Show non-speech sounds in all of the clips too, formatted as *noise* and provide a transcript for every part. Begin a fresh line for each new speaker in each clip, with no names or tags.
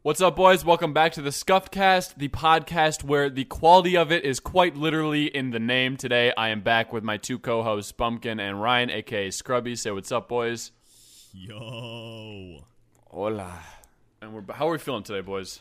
What's up, boys? Welcome back to the Scuffcast, the podcast where the quality of it is quite literally in the name. Today, I am back with my two co-hosts, Bumpkin and Ryan, aka Scrubby. Say what's up, boys.
Yo.
Hola.
And we're how are we feeling today, boys?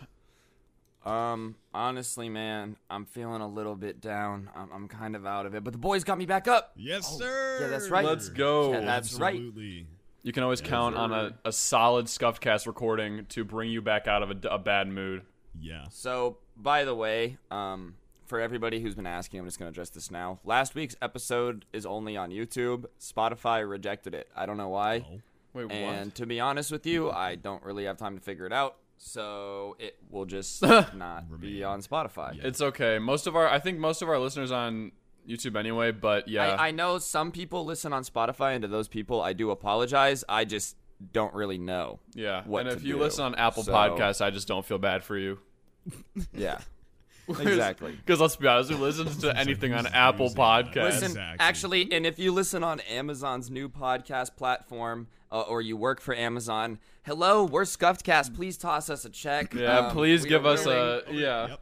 Um, honestly, man, I'm feeling a little bit down. I'm, I'm kind of out of it, but the boys got me back up.
Yes, sir.
Oh, yeah, that's right.
Let's go.
Yeah, that's right.
Absolutely.
You can always count on a, a solid Scuffcast recording to bring you back out of a, a bad mood.
Yeah.
So, by the way, um, for everybody who's been asking, I'm just gonna address this now. Last week's episode is only on YouTube. Spotify rejected it. I don't know why.
Oh.
Wait, what?
and to be honest with you, I don't really have time to figure it out. So it
*laughs*
will just not be on Spotify.
It's okay. Most of our, I think most of our listeners on YouTube anyway. But yeah,
I, I know some people listen on Spotify, and to those people, I do apologize. I just don't really know.
yeah.
what
and
to
if you
do.
listen on Apple
So-
Podcasts, I just don't feel bad for you.
*laughs* Yeah,
*laughs*
exactly.
Because let's be honest, who listens to anything on
who's
Apple
using that?
Podcasts?
Listen,
Exactly.
actually, and if you listen on Amazon's new podcast platform, uh, or you work for Amazon, hello, we're Scuffedcast. Please toss us a check.
yeah,
Um,
please
we
give
are
us
willing-
a yeah.
Yep.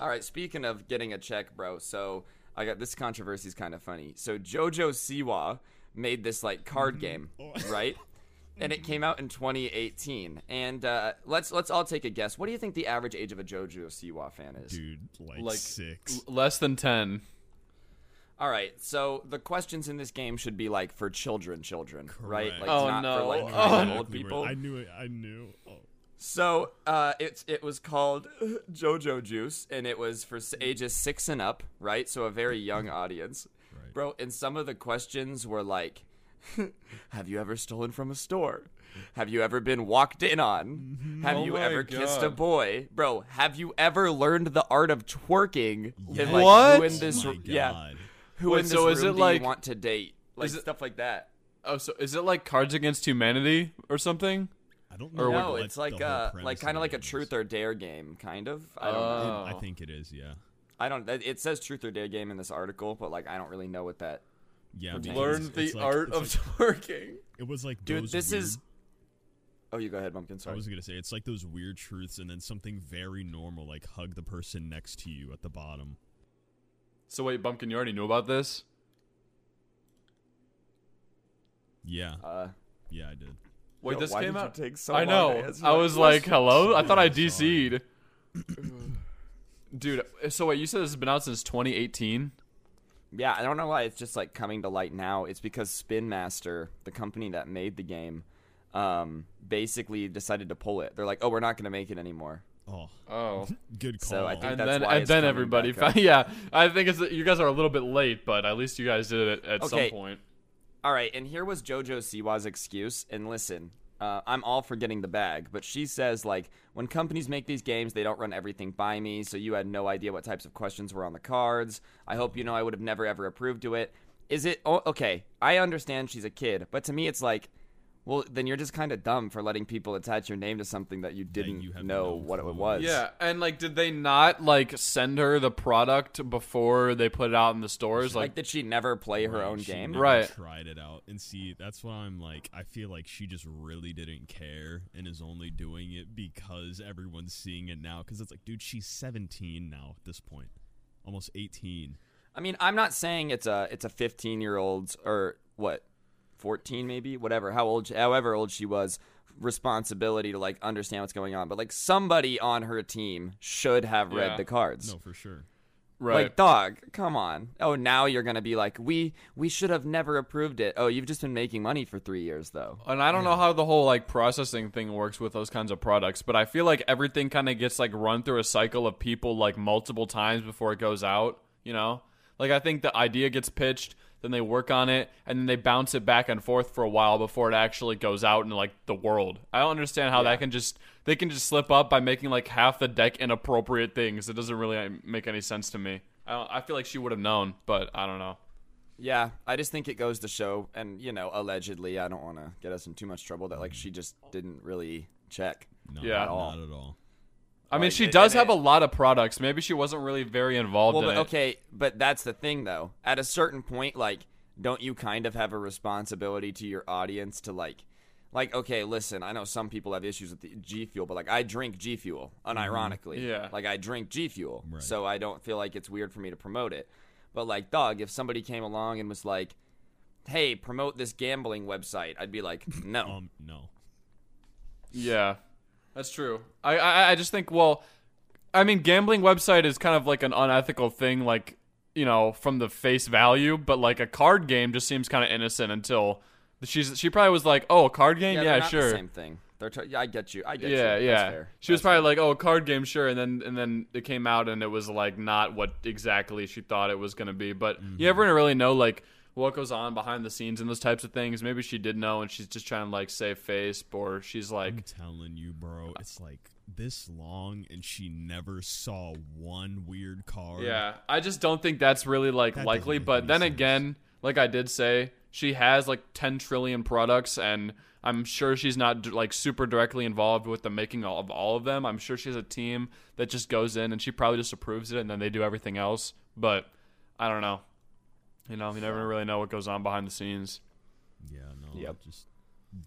All right, speaking of getting a check, bro, so I got this controversy is kind of funny. So JoJo Siwa made this like
Mm-hmm.
card game,
Oh.
*laughs* right? And it came out in 2018. And uh, let's let's all take a guess. What do you think the average age of a JoJo Siwa fan is?
Dude, like,
Like
six.
l- less than ten.
All right, so the questions in this game should be like for children, children, right?
Correct.
Like
Oh,
not
no.
for like
Oh,
crazy
Exactly *laughs*
old
where-
people.
I knew it. I knew. Oh.
So uh, it's it was called JoJo Juice, and it was for s- ages six and up, right? So a very young audience,
Right.
bro. And some of the questions were like, *laughs* "Have you ever stolen from a store? Have you ever been walked in on? Have
Oh
you
my
ever kissed a
God.
boy, bro? Have you ever learned the art of twerking? And, like,
What?
Who in this?
My
yeah.
God.
Who
Wait,
in this
so is
room
it
do
like-
you want to date? Like
is it-
stuff like that.
Oh, so is it like Cards Against Humanity or something?
I don't know.
Or
No,
what
it's
the
like
whole
uh,
premise
like
of
kind
the
of like a
game is.
truth or uh, dare game, kind of. I don't know.
It-
Oh.
I think it is, yeah.
I don't. it- It says truth or dare game in this article, but like I don't really know what that.
Yeah. because
Learn
it's
the
like-
art
it's
of *laughs*
like-
twerking.
It was like
Dude,
those
this
weird,
is- Oh, you go ahead, Bumpkin.
I
Sorry.
was gonna say it's like those weird truths, and then something very normal, like hug the person next to you at the bottom.
So wait, Bumpkin, you already knew about this?
Yeah,
Uh,
yeah, I did.
Wait,
Yo,
this
why
came
did you
out.
take so
I
long to
know.
answer
I
that
was like,
question?
hello. I thought I
Sorry.
*clears throat*
DC'd. Dude, so wait, you said this has been out since 2018?
yeah, I don't know why it's just like coming to light now. It's because Spin Master, the company that made the game, um, basically decided to pull it. They're like, oh, we're not gonna make it anymore.
Oh,
Oh,
*laughs* good call.
So I think
and
that's
then
why
and
it's
then
coming
everybody.
back up.
found- *laughs* yeah, I think it's you guys are a little bit late, but at least you guys did it at some
Okay.
point.
All right, and here was JoJo Siwa's excuse. And listen, uh, I'm all for getting the bag, but she says like when companies make these games, they don't run everything by me. So you had no idea what types of questions were on the cards. I hope you know I would have never ever approved to it. Is it oh, okay? I understand she's a kid, but to me, it's like, well, then you're just kind of dumb for letting people attach your name to something that you didn't
you have
know
no
what it
clue.
was.
Yeah, and like, did they not like send her the product before they put it out in the stores?
Like,
Like,
did she never play her
Right,
own
she
game?
never
Right.
Tried it out and see. That's why I'm like. I feel like she just really didn't care and is only doing it because everyone's seeing it now. Because it's like, dude, she's 17 now at this point, almost 18.
I mean, I'm not saying it's a it's a 15 year old's or what, 14 maybe, whatever. How old, however old she was, responsibility to like understand what's going on. But like somebody on her team should have
Yeah.
read the cards.
No, for sure.
right?
Like dog, come on. Oh, now you're gonna be like, we we should have never approved it. Oh, you've just been making money for three years though.
and I don't know how the whole like processing thing works with those kinds of products, but I feel like everything kind of gets like run through a cycle of people like multiple times before it goes out, you know? Like I think the idea gets pitched, then they work on it, and then they bounce it back and forth for a while before it actually goes out into like the world. I don't understand how that can just they can just slip up by making like half the deck inappropriate things. It doesn't really uh, make any sense to me. I don't, I feel like she would have known, but I don't know.
Yeah, I just think it goes to show, and you know, allegedly, I don't want to get us in too much trouble that like she just didn't really check.
No,
Yeah.
not at all.
I mean,
Like,
she
and-
does
and
have
it-
a lot of products. Maybe she wasn't really very involved
Well,
in
but
it.
okay, but that's the thing though. At a certain point, like, don't you kind of have a responsibility to your audience to like, Like, okay, listen, I know some people have issues with the G Fuel, but like I drink G Fuel, unironically.
Mm-hmm. Yeah.
Like I drink G Fuel.
Right.
So I don't feel like it's weird for me to promote it. But like, dog, if somebody came along and was like, Hey, promote this gambling website, I'd be like, No.
Um, no.
Yeah, that's true. I, I I just think well, I mean, gambling website is kind of like an unethical thing, like you know, from the face value. But like a card game just seems kind of innocent until she's she probably was like, oh, a card game, *laughs*
yeah,
yeah,
they're not
sure,
The same thing. They're t- yeah, I get you. I get
yeah,
you. That's
yeah.
fair.
She was
That's
probably like, oh, a card game, sure, and then and then it came out and it was like not what exactly she thought it was gonna be. But
Mm-hmm.
you ever really know like. What goes on behind the scenes and those types of things? Maybe she did know, and she's just trying to like save face, or she's like,
I'm telling you, bro, it's like this long, and she never saw one weird card.
Yeah, I just don't think that's really like
That
likely.
doesn't make
But
any
then
sense.
again, like I did say, she has like ten trillion products, and I'm sure she's not d- like super directly involved with the making all- of all of them. I'm sure she has a team that just goes in and she probably just approves it, and then they do everything else. But I don't know. You know, you never really know what goes on behind the scenes.
Yeah, no,
Yep.
I just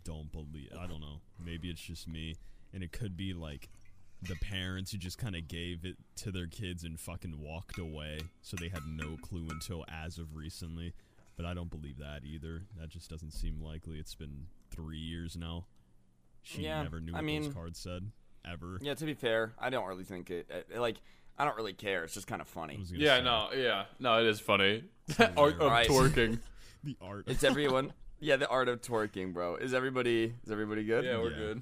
don't believe. I don't know. Maybe it's just me, and it could be like the parents who just kind of gave it to their kids and fucking walked away, so they had no clue until as of recently. But I don't believe that either. That just doesn't seem likely. It's been three years now. She
Yeah,
never knew
I
what
mean-
those cards said ever.
Yeah, to be fair, I don't really think it. it- like, I don't really care. It's just kind of
I
funny.
was gonna
Yeah,
say,
no, yeah, no, it is *laughs* funny. Art of
Right.
twerking.
The art.
*laughs* It's everyone. yeah, the art of twerking, bro. Is everybody? Is everybody
*laughs*
good?
Yeah, we're
Yeah.
good.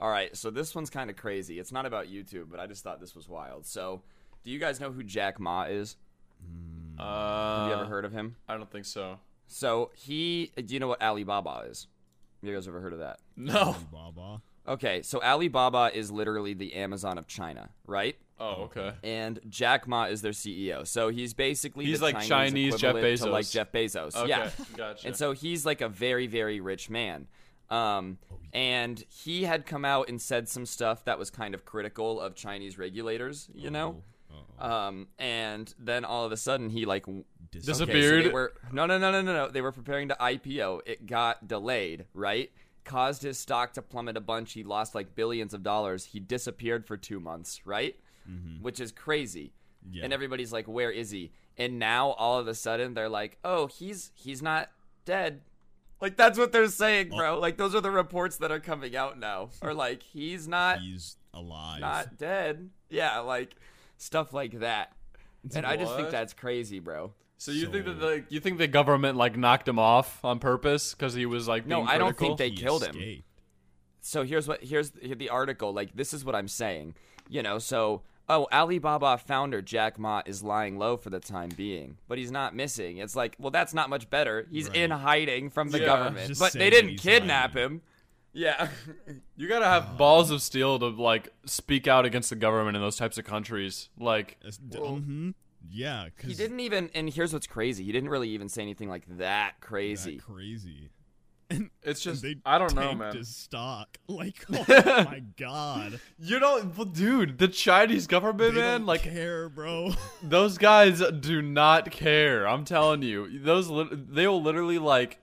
All right. So this one's kind of crazy. It's not about YouTube, but I just thought this was wild. So, do you guys know who Jack Ma is?
Mm.
Have
Uh,
you ever heard of him?
I don't think so.
So he. uh, Do you know what Alibaba is? You guys ever heard of that?
*laughs* No.
Alibaba.
Okay, so Alibaba is literally the Amazon of China, right?
Oh, okay.
and Jack Ma is their CEO. So he's basically
He's
the
like Chinese Jeff
equivalent to
Bezos.
like Jeff Bezos.
Okay,
Yeah,
gotcha.
and so he's like a very very rich man. Um, and he had come out and said some stuff that was kind of critical of Chinese regulators, you know.
Oh, oh,
Mm-hmm.
Um, and then all of a sudden he like w-
dis-
Dis-
Okay,
Disappeared.
so they were, no, no, no, no, no, no. They were preparing to IPO. It got delayed, right? Caused his stock to plummet a bunch. He lost like billions of dollars. He disappeared for two months, right? Which is crazy.
Yeah.
And everybody's like, "Where is he?" And now all of a sudden they're like, "Oh, he's he's not dead." Like that's what they're saying, bro. Like those are the reports that are coming out now. Or like he's not
he's alive.
not dead. Yeah, like stuff like that. And I just think
What?
that's crazy, bro.
So you think that
So-
the you think the government like knocked him off on purpose because he was like
No,
being
I don't
critical?
think
He
they killed him.
escaped.
so here's what here's the the article like this is what i'm saying you know so oh alibaba founder jack ma is lying low for the time being but he's not missing it's like well that's not much better he's in hiding from the
Yeah.
government
Just
but they
saying that
didn't
he's
kidnap
hiding.
him *laughs* yeah
you gotta have *sighs* balls of steel to like speak out against the government in those types of countries. Like
Es- d- mhm. Yeah, because
he didn't even and here's what's crazy he didn't really even say anything like that crazy
crazy.
it's just
They
I don't know,
tanked
man.
His stock, *laughs*
*laughs*
like, oh my god,
You don't, well, dude. The Chinese
they
government, man.
don't
Like
care, bro.
those guys do not care. I'm telling you, those lit they will literally like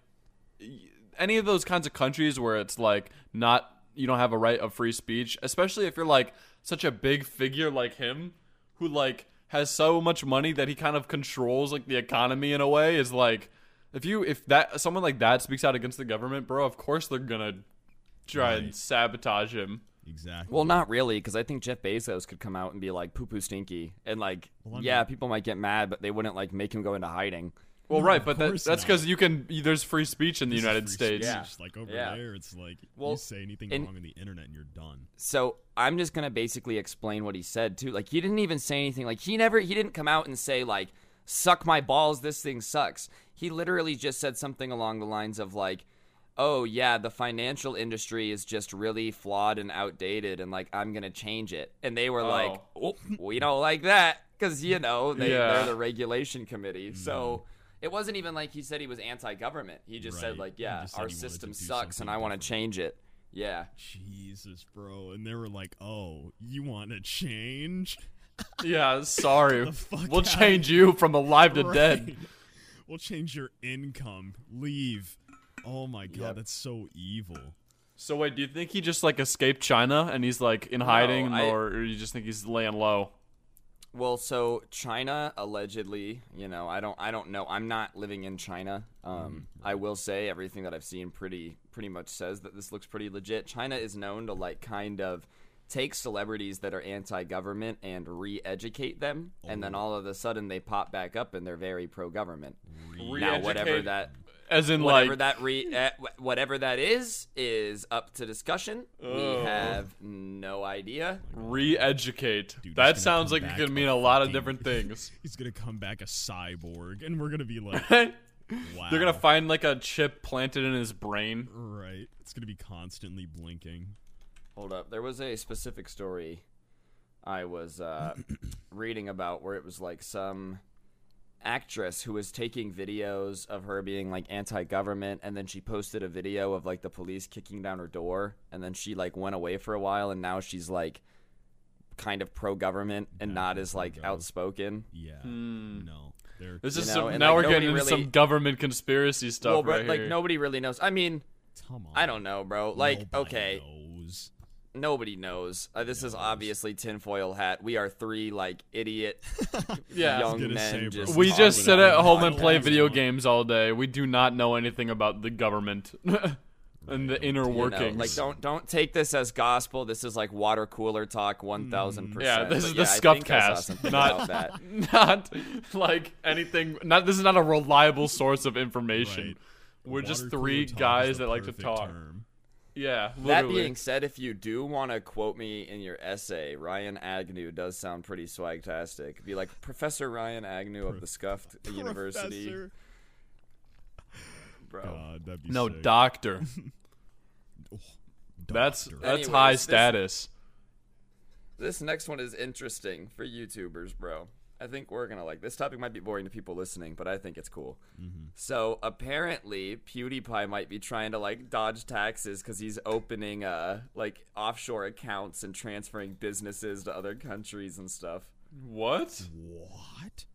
any of those kinds of countries where it's like not you don't have a right of free speech, especially if you're like such a big figure like him who like has so much money that he kind of controls like the economy in a way is like if you if that someone like that speaks out against the government, bro, of course they're going to try and
Right.
sabotage him.
exactly.
well not really because i think jeff bezos could come out and be like poo poo stinky and like
Well, I'm
yeah
not-
people might get mad but they wouldn't like make him go into hiding
Well, right, but that,
course
that's
not.
because you can. There's free speech in the
This is
United
free
States.
speech, Like over
Yeah.
there, it's like
Well,
you say anything
and-
wrong on the internet and you're done.
so I'm just gonna basically explain what he said too. Like he didn't even say anything. Like he never he didn't come out and say like suck my balls this thing sucks. He literally just said something along the lines of like oh yeah the financial industry is just really flawed and outdated and like I'm gonna change it. And they were like oh we don't like that because you know they,
Yeah.
they're the regulation
Hmm.
committee. So it wasn't even like he said he was anti-government. He just said
Right.
like
He
yeah
just said he
our
wanted to
system
do
sucks and
something
I want
different."
to change it. Yeah.
Jesus, bro. And they were like, "Oh, you want to change?
Yeah, sorry.
the fuck
We'll
out.
change you from alive to dead.
Right. *laughs* We'll change your income. Leave." Oh my god,
Yep.
that's so evil.
So wait, do you think he just like escaped China and he's like in hiding,
I-
or, or you just think he's laying low?
Well, so China allegedly, you know, I don't, I don't know. I'm not living in China. Um,
Mm-hmm.
I will say everything that I've seen pretty, pretty much says that this looks pretty legit. China is known to like kind of take celebrities that are anti-government and re-educate them, and
Oh.
then all of a sudden they pop back up and they're very pro-government. Now, whatever
Re-educate-
that
as in
whatever
like
that re eh, wh- whatever that is is up to discussion.
Ugh.
We have no idea.
re-educate.
Dude,
that
he's gonna
sounds
come
like it
back
could
a
mean a lot of
fucking- *laughs*
different things. *laughs*
He's gonna come back a cyborg, and we're gonna be like,
They're
wow.
gonna find like a chip planted in his brain.
right. It's gonna be constantly blinking.
Hold up. There was a specific story I was *clears throat* uh, reading about where it was like some actress who was taking videos of her being like anti-government and then she posted a video of like the police kicking down her door and then she like went away for a while and now she's like kind of pro-government and not as like
pro-gov.
outspoken.
Yeah. No. They're
Hmm. This
You
is
know,
some
and,
now
like,
we're getting
nobody
into
really-
some government conspiracy stuff
well, but
right
like
here.
nobody really knows. I mean,
come on.
I don't know, bro. Like,
Nobody
okay,
knows.
nobody knows. Uh, this is obviously tinfoil hat. We are three like idiot
yeah,
young
gonna
men.
say, bro.
just
we
Talk
just
about
sit
it.
at home and
Podcast.
play video games all day. We do not know anything about the government *laughs* and the inner
you know,
workings.
like don't don't take this as gospel. This is like water cooler talk, one thousand percent.
Yeah, Hmm. this is
yeah,
the
I
scuff
think I saw
cast,
something
not
about that.
*laughs* not like anything. Not this is not a reliable source of information.
Right.
We're just
Water
three
cooler talk is
guys
the
that like to
perfect
talk. *laughs*
term.
Yeah, *laughs*
That
literally.
being said, if you do want to quote me in your essay, Ryan Agnew does sound pretty swagtastic. Be like Professor Ryan Agnew of the Scuffed
*laughs*
University,
Professor.
bro.
God, that'd be
no
sick.
doctor.
*laughs*
That's
Doctor.
that's
Anyways,
high
this-
status.
This next one is interesting for YouTubers, bro. I think we're gonna like this topic. Might be boring to people listening, but I think it's cool. So apparently, PewDiePie might be trying to like dodge taxes because he's opening uh like offshore accounts and transferring businesses to other countries and stuff.
What?
what?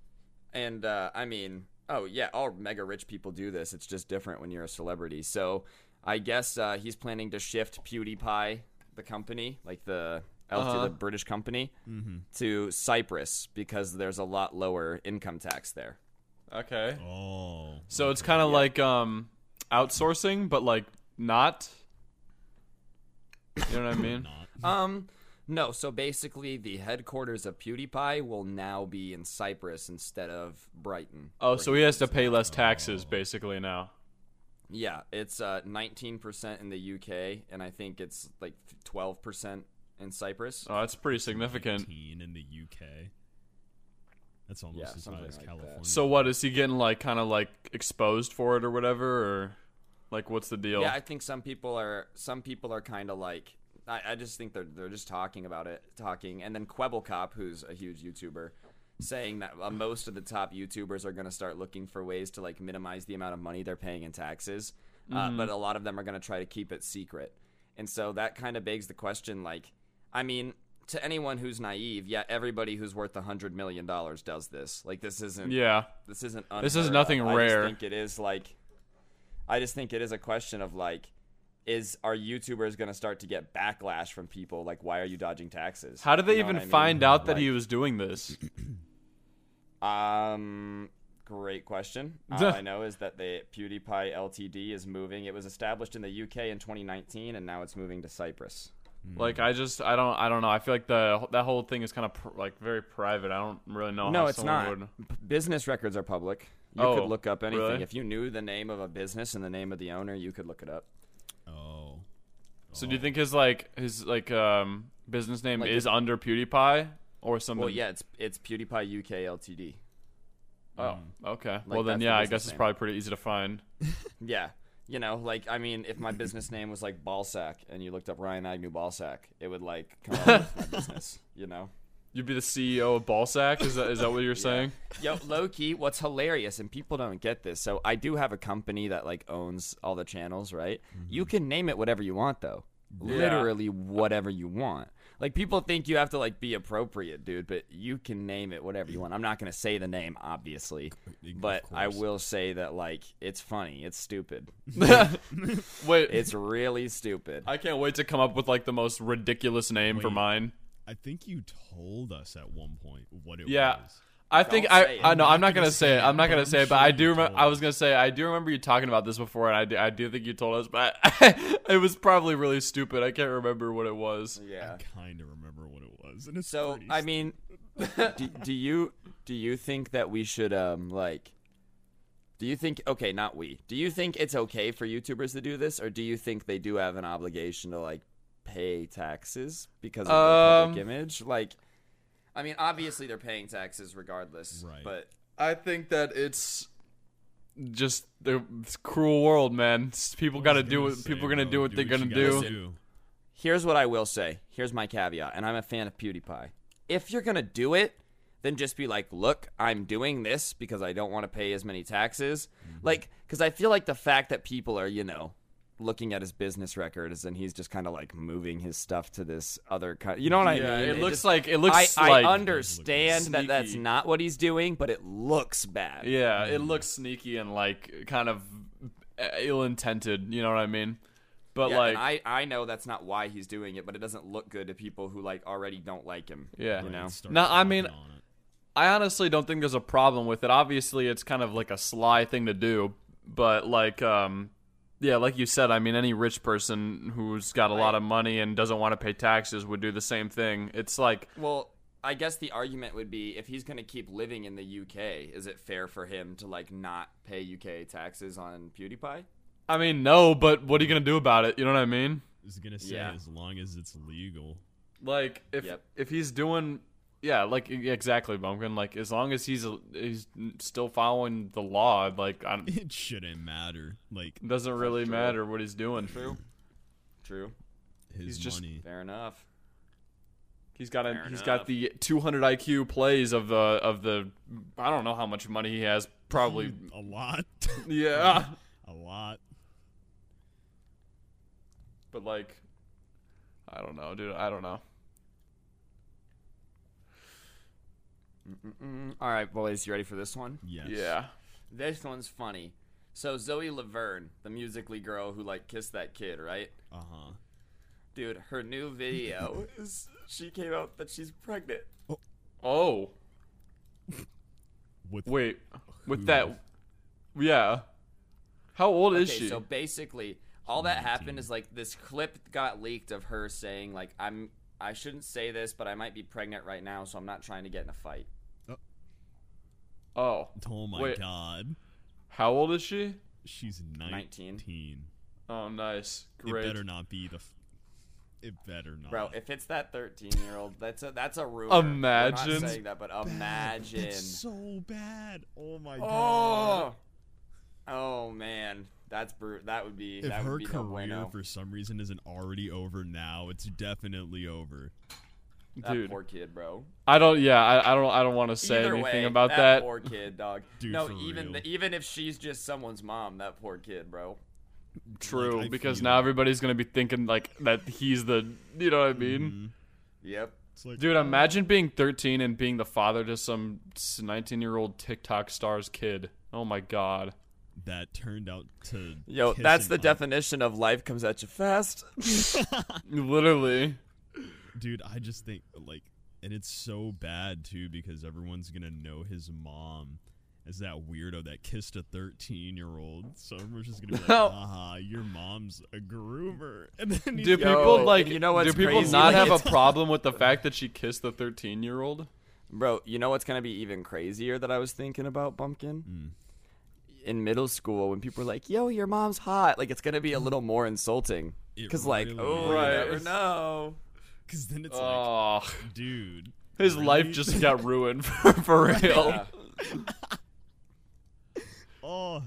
And uh, I mean, oh yeah, all mega rich people do this. It's just different when you're a celebrity. So I guess uh, he's planning to shift PewDiePie, the company, like the LT,
Uh-huh. Mm-hmm.
the British company, to Cyprus because there's a lot lower income tax there.
Okay.
Oh,
So it's kind of like um outsourcing, but like not. You know what I mean?
not.
Um, no. So basically, the headquarters of PewDiePie will now be in Cyprus instead of Brighton.
Oh, so he has to pay less taxes basically now.
Yeah, it's uh, 19% in the UK, and I think it's like 12% in Cyprus.
Oh, that's pretty significant.
19 in the UK. That's almost
Yeah,
as high
something
as
like that.
California.
So what is he getting like kind of like exposed for it or whatever or like what's the deal?
Yeah, I think some people are some people are kind of like I, I just think they're they're just talking about it, talking, and then Quebble Cop, who's a huge YouTuber, saying that uh, most of the top YouTubers are going to start looking for ways to like minimize the amount of money they're paying in taxes, uh, but a lot of them are going to try to keep it secret, and so that kind of begs the question, like, I mean. To anyone who's naive, yeah, everybody who's worth a hundred million dollars does this. Like this isn't
yeah.
this isn't
This is
unheard
nothing
of.
rare.
I just think it is like I just think it is a question of like is are YouTubers going to start to get backlash from people like why are you dodging taxes?
How did they
You know
even
what I mean?
find out that he
Like,
was doing this?
Um
*laughs*
great question. All I know is that the PewDiePie Ltd is moving. It was established in the UK in 2019 and now it's moving to Cyprus.
Like I just I don't I don't know. I feel like the that whole thing is kind of pr- like very private. I don't really know
No,
how
it's
someone
not.
would
B- Business records are public. You
Oh,
could look up anything.
really?
If you knew the name of a business and the name of the owner, you could look it up.
oh,
So do you think his like his like um business name
Like
is under PewDiePie or something?
Well, yeah, it's it's PewDiePie UK Ltd. Mm.
Oh, okay. well
that's
then,
the
yeah, I
business
guess it's
name.
probably pretty easy to find.
Yeah, you know, like I mean, if my business name was like Ballsack and you looked up Ryan Agnew Ballsack, it would like come up with my business. You know.
You'd be the CEO of Ballsack. Is that is that what
*laughs*
you're saying?
Yo, low key, what's hilarious, and people don't get this. So I do have a company that like owns all
Mm-hmm.
the channels, right? You can name it whatever you want, though. Literally whatever you want. Like people think you have to like be appropriate, dude, but you can name it whatever you want. I'm not gonna say the name, obviously,
Of
but I
course.
will say that like it's funny, it's
*laughs*
stupid,
Wait,
it's really stupid.
I can't wait to come up with like the most ridiculous name for
Wait.
mine.
I think you told us at one point what it
Yeah.
was.
I think
Don't
I,
say it.
I know I'm not gonna say it. I'm not
but
gonna
I'm
say it, but
sure
I
you
do remember.
told
I
us.
was gonna say I do remember you talking about this before, and I do, I do think you told us, but *laughs* it was probably really stupid. I can't remember what it was.
yeah.
I kind of remember what it was, and it's
So
pretty
I mean, do, do you do you think that we should um like? Do you think okay, not we? Do you think it's okay for YouTubers to do this, or do you think they do have an obligation to like pay taxes because of their public
Um,
image? Like, I mean, obviously they're paying taxes regardless,
Right.
but
I think that it's just the it's a cruel world, man. It's- People got to do what people are gonna do what they're gonna do.
Here's what I will say. Here's my caveat, and I'm a fan of PewDiePie. If you're gonna do it, then just be like, look, I'm doing this because I don't want to pay as many taxes.
Mm-hmm.
Like, because I feel like the fact that people are, you know, looking at his business records and he's just kind of like moving his stuff to this other kind. You know what
Yeah,
I mean?
it looks
just-
like it looks
I,
like
I understand that that's
sneaky.
not what he's doing, but it looks bad.
yeah, it
Mm.
looks sneaky and like kind of ill intended. You know what I mean? But
Yeah,
like,
and I, I know that's not why he's doing it, but it doesn't look good to people who like already don't like him.
yeah,
you know.
No, I mean- I honestly don't think there's a problem with it. Obviously, it's kind of like a sly thing to do, but like, um, yeah, like you said, I mean, any rich person who's got a lot of money and doesn't want to pay taxes would do the same thing. It's like,
Well, I guess the argument would be if he's going to keep living in the UK, is it fair for him to like not pay UK taxes on PewDiePie?
I mean, no, but what are you gonna do about it? You know what I mean?
I was gonna say
Yeah.
as long as it's legal. *laughs*
Like, if
Yep.
if he's doing, yeah, like e- exactly, Bumpkin. Like, as long as he's he's still following the law, like, I, it
It shouldn't matter. Like
doesn't really
True.
matter what he's doing.
True. True.
his
He's just- *laughs*
money.
Fair enough.
He's got a,
Fair
he's got
enough.
the 200 IQ plays of the of the I don't know how much money he has
*laughs*
probably *laughs*
a lot. *laughs*
yeah
a lot.
but like I don't know dude I don't know
Mm-mm. All right, boys, you ready for this one?
Yes.
yeah
This one's funny. So Zoe Laverne, the musically girl who like kissed that kid, right?
Uh huh.
Dude, her new *laughs* video is she came out that she's pregnant.
oh
With
wait
Who?
with that yeah how old is
okay,
she
So basically, all that happened is like this clip got leaked of her saying like I'm I shouldn't say this, but I might be pregnant right now, so I'm not trying to get in a fight.
oh
oh my
wait.
god,
how old is she
she's
19.
nineteen.
oh nice great
It better not be the. F- it better not.
Bro, if it's that 13 year old, that's a that's a rumor. We're
Imagine.
not saying that, but
Bad. That's
imagine.
so bad. Oh my god.
Oh, oh man, that's bru- That would be
If
that would
her
be
career
no bueno.
for some reason isn't already over now, it's definitely over.
that
dude
poor kid, bro.
I don't yeah I, I don't I don't want to say
Either
anything
way,
about
that,
that,
poor kid, dog.
Dude,
no,
for
even
real.
the, even if she's just someone's mom, that poor kid, bro.
true
Like, I
because
feel
now
it.
everybody's gonna be thinking like that he's the you know what I mean.
Mm-hmm. Yep.
Hmm? It's like,
Dude, imagine being 13 and being the father to some 19 year old TikTok star's kid. Oh my god.
that turned out to. *laughs*
Yo,
kiss
that's
an
the
eye-
definition of life comes at you fast.
Literally.
Dude, I just think like, and it's so bad too because everyone's gonna know his mom as that weirdo that kissed a thirteen-year-old. So everyone's just
*laughs*
gonna be like,
No.
"Haha, your mom's a groomer." *laughs* And then he's
Do
gonna-
people
Yo,
like
you know
do
what's
people
crazy?
not
Like,
have a
it's-
problem with the fact that she kissed the 13 year old?
Bro, you know what's gonna be even crazier that I was thinking about, Bumpkin?
Hmm.
In middle school, when people are like, "Yo, your mom's hot," like it's gonna be a little more insulting.
Hmm. It
Cause like,
really
oh,
Right.
you never know.
Because then it's
Oh,
like, dude,
his life
really?
just got *laughs*
*laughs*
ruined for, for real.
Yeah.
oh,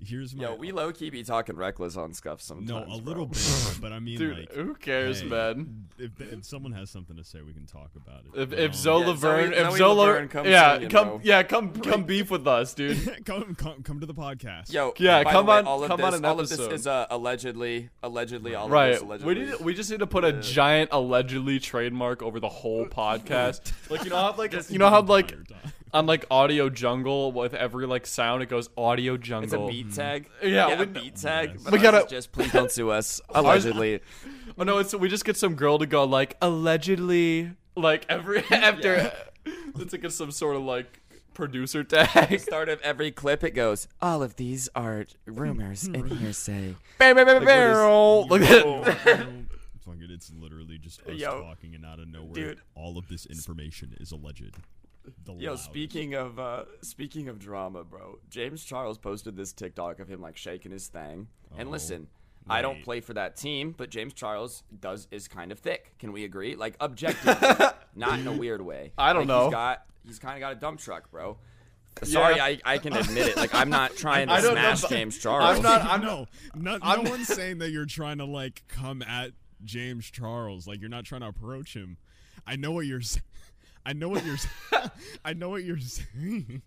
Here's my
Yo, we low key be talking reckless on scuff sometimes.
no a
bro.
little bit,
*laughs*
but I mean
Dude,
like
who cares,
hey,
man?
If, if someone has something to say, we can talk about it.
If
you
if
know?
Zoe
Yeah,
Laverne,
Zoe-
if
Zoe
Zoe
Laverne
Laverne,
comes
yeah,
singing,
come,
bro.
yeah, come, come beef with us, dude.
*laughs* come, come come to the podcast.
Yo,
Yeah,
by
come
the way,
on-
all of
come
this,
on an
all of
episode.
this is uh, allegedly, allegedly, all of this
Right.
allegedly.
We need, we just need to put a giant allegedly trademark over the whole podcast. *laughs* like you know how like you know how like
Entire
*laughs*
time.
on like audio jungle with every like sound it goes audio jungle.
it's a beat tag.
Yeah,
a
we-
beat tag.
Hmm. Yes.
But
We
ours is
gotta-
just please don't
*laughs*
sue us. Allegedly,
Oh no, it's we just get some girl to go like allegedly like every *laughs* after it's like it's some sort of like producer *laughs* tag.
start of every clip it goes. All of these are
*laughs*
rumors and hearsay.
Bam, bam, bam, bam. Look at
Yo,
*laughs*
fuck it, it's literally just us
Yo,
talking, and out of nowhere,
dude.
all of this information is alleged. The
Yo,
loudest.
speaking of uh, speaking of drama, bro, James Charles posted this TikTok of him like shaking his thing. and
Oh,
listen, I don't
wait.
play for that team, but James Charles does is kind of thick. Can we agree? Like
*laughs*
objectively, not in a weird way.
I don't
Like,
know.
He's got he's kind of got a dump truck, bro. Sorry, I, I can admit it. Like
*laughs*
I'm not trying to
I don't know,
smash
but-
James Charles.
I'm
*laughs*
not-
no, no,
I'm- *laughs*
no one's saying that you're trying to like come at James Charles. Like you're not trying to approach him. I know what you're. s- *laughs* I know what you're. s- *laughs* I know what you're saying.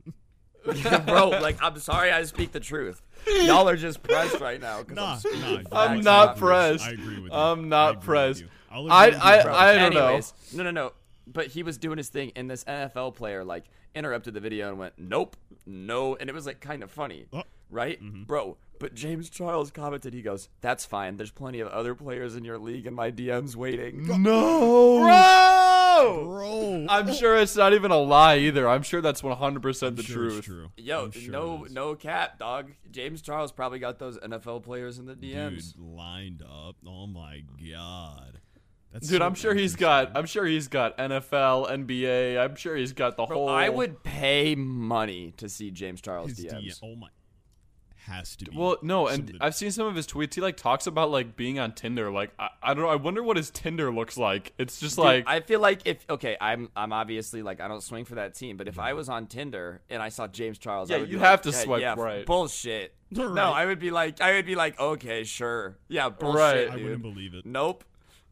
bro. Like I'm sorry, I speak the truth. Y'all are just pressed right now.
*laughs*
'cause
Nah,
I'm speaking
nah,
facts,
*laughs* I'm not
agree with you.
pressed.
I agree with you.
I'm
I
not
agree with
pressed.
you. I'll
I-
agree with you,
I-
bro.
I- don't know.
Anyways, No, no, no. But he was doing his thing, and this NFL player like interrupted the video and went, "Nope, no," and it was like kind of funny,
Oh.
right, bro? But James Charles commented, he goes, "That's fine. There's plenty of other players in your league in my DMs waiting."
No. Bro!
bro.
*laughs* I'm sure it's not even a lie either. I'm sure that's 100% the
Sure it's
truth.
true.
Yo,
I'm sure
no,
it is.
no cap, dog. James Charles probably got those NFL players in the
Dude,
DMs.
lined up. Oh my god. That's
Dude,
so
I'm sure he's
interesting.
got I'm sure he's got NFL, NBA. I'm sure he's got the
Bro,
whole
I would pay money to see James Charles
his
DMs.
DM. Oh my. Has to be.
Well, no, and
some of the-
I've seen some of his tweets. He like talks about like being on Tinder. Like I, I don't know. I wonder what his Tinder looks like. It's just
Dude,
like
I feel like if okay, I'm I'm obviously like I don't swing for that team, but if I was on Tinder and I saw James Charles, I
Yeah,
would be
you'd
like,
have to
"Hey,
swipe
yeah, f-
right." *laughs*
Bullshit.
Right.
No, I would be like I would be like okay, sure, yeah, bullshit,
Right.
dude.
I wouldn't believe it.
nope,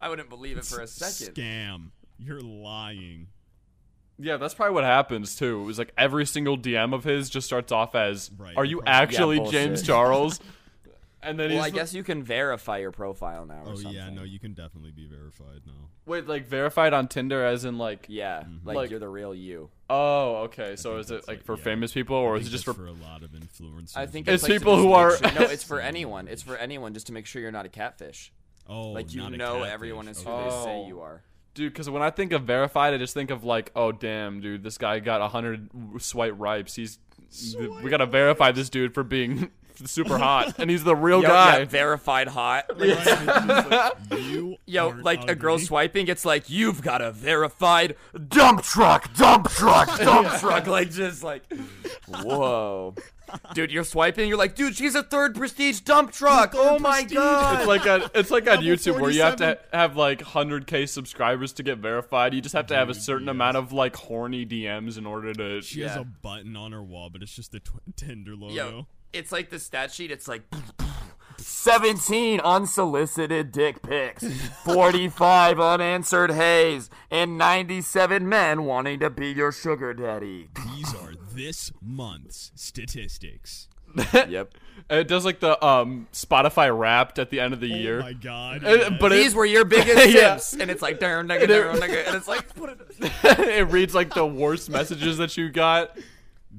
I wouldn't believe it for a
It's a
second.
Scam. You're lying.
yeah, that's probably what happens too. It was like every single DM of his just starts off as,
Right,
"Are you
probably- Yeah,
actually
bullshit.
James
*laughs*
Charles?" and then
Well,
he's
I guess you can verify your profile now. Or
Oh
something.
yeah, no, you can definitely be verified now.
wait, like verified on Tinder as in like,
yeah,
Mm-hmm.
like,
Like-
you're the real you.
oh, okay, so is it
that's
like,
like-
for
yeah.
famous people or
I
is it
think
just
that's
for?
for a lot of influencers.
I think
and-
It's
like, to
people
just
who
make
are-
sure-
*laughs*
no, it's for anyone. It's for anyone just to make sure you're not a catfish.
oh,
Like you
not a
know,
catfish.
everyone is who
Okay.
they say
Oh.
you are.
Dude, because when I think of verified, I just think of like, oh damn, dude, this guy got hundred swipe ripes. He's we gotta verify this dude for being *laughs* super hot, and he's the real
Yo,
guy.
yeah, verified hot.
*laughs* you
Yo,
aren't
like a girl
ugly.
swiping, it's like you've got a verified dump truck, dump truck, dump truck. Like just like, whoa, dude, you're swiping. You're like, dude, she's a third prestige dump truck. oh my
prestige.
god.
*laughs* it's like a, it's like on
Level
YouTube where you have to
47.
ha- have like hundred k subscribers to get verified. You just have to have a certain amount of like horny DMs in order to.
She has
Yeah.
a button on her wall, but it's just the tw- *laughs* Tinder logo.
Yo, it's like the stat sheet. It's like. 17 unsolicited dick pics, 45 unanswered hays, and 97 men wanting to be your sugar daddy.
These are this month's statistics.
yep.
It does like the um Spotify Wrapped at the end of the year.
Oh my god.
Uh, But
These
it,
were your biggest
Yeah.
simps, and it's like darn nigga,
And it-
darn nigga, and it's like what
*laughs*
a-
it reads like the worst messages that you
*laughs*
got.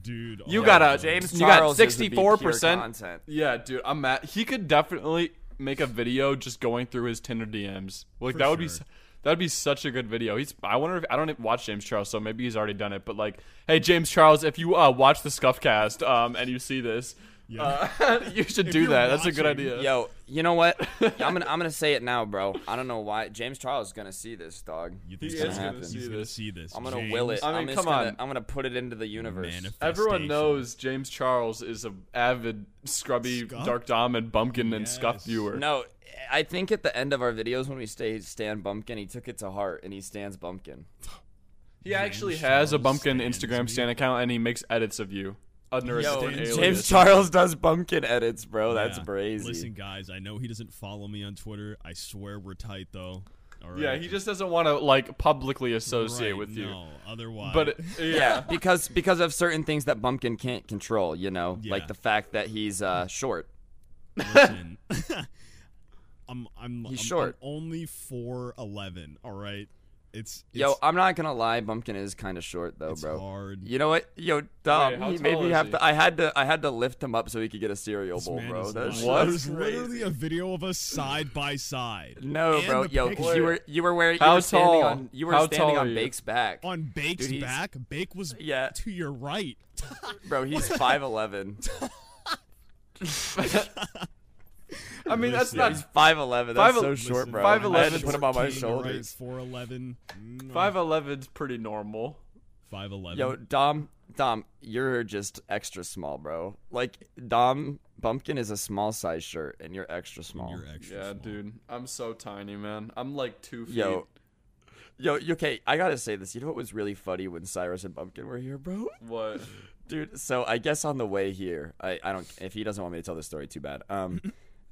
dude,
You
oh
got
my
a
God.
James
You got
Charles is the
sixty
VP
four
or
percent.
content.
Yeah, dude, I'm mad. He could definitely make a video just going through his Tinder DMs. Like
For
that would be.
sure.
s- That'd be such a good video. He's. I wonder if I don't even watch James Charles, so maybe he's already done it. But like, hey, James Charles, if you uh, watch the Scuffcast um, and you see this, uh, *laughs* you should do
you're
that. That's a good
watching-
idea.
Yo, you know *laughs* what? I'm gonna I'm gonna say it now, bro. I don't know why James Charles is gonna see this dog.
You think
He
he's
is
gonna,
gonna
he's
see
gonna
this.
see this?
I'm gonna
James
will it.
I mean,
am just
come
gonna,
on.
I'm gonna put it into the universe.
Manifest-
Everyone
Station.
knows James Charles is an avid scrubby
Scuff?
dark dom and bumpkin and
Yes.
scuff viewer.
no, I think at the end of our videos when we stay Stan Bumpkin, he took it to heart and he stands Bumpkin.
he actually
James
has a
Charles
bumpkin
stands
Instagram
me.
stan account and he makes edits of you. under
Yo,
a different
James
alias.
James Charles does pumpkin edits, bro. That's
Yeah.
crazy.
Listen, guys, I know he doesn't follow me on Twitter. I swear we're tight though. All right.
yeah, he just doesn't want to like publicly associate
Right,
with you.
No, otherwise.
But
yeah,
yeah,
because because of certain things that Bumpkin can't control, you know,
Yeah.
like the fact that he's uh, short.
*laughs* listen, *laughs* I'm I'm I'm,
He's short.
I'm only four eleven. All right. It's, it's
Yo, I'm not gonna lie, Bumpkin is kind of short though,
it's
bro.
hard.
You know what? Yo, Dom,
Wait, how
he made
tall
me
is
have
he?
to. I had to. I had to lift him up so he could get a cereal
This
bowl,
man
bro.
is
That's
lying.
What?
There's
That's
literally a video of us side by side.
No,
And
bro.
the
Yo, 'cause
picture
you were you were wearing.
How
you were standing
tall?
On, you were
How
standing
tall are
on
you?
Bake's back.
on Bake's
Dude, he's-
back. Bake was
Yeah.
to your right.
bro, he's five eleven. *laughs*
I mean that's
Listen.
not
He's five eleven. That's
Five
so
el-
short,
Listen,
bro. I had
5'11"
to put him on my
14, all right, Mm,
shoulders.
*laughs*
4'11.
five eleven's pretty normal.
5'11.
Yo, Dom, Dom, you're just extra small, bro. Like Dom Bumpkin is a small size shirt, and you're extra small.
You're extra
Yeah,
small.
dude, I'm so tiny, man. I'm like two feet.
Yo. Yo, you- okay, I gotta say this. You know what was really funny when Cyrus and Bumpkin were here, bro?
What? *laughs*
Dude, so I guess on the way here, I, I don't if he doesn't want me to tell this story too bad.
*laughs*
Um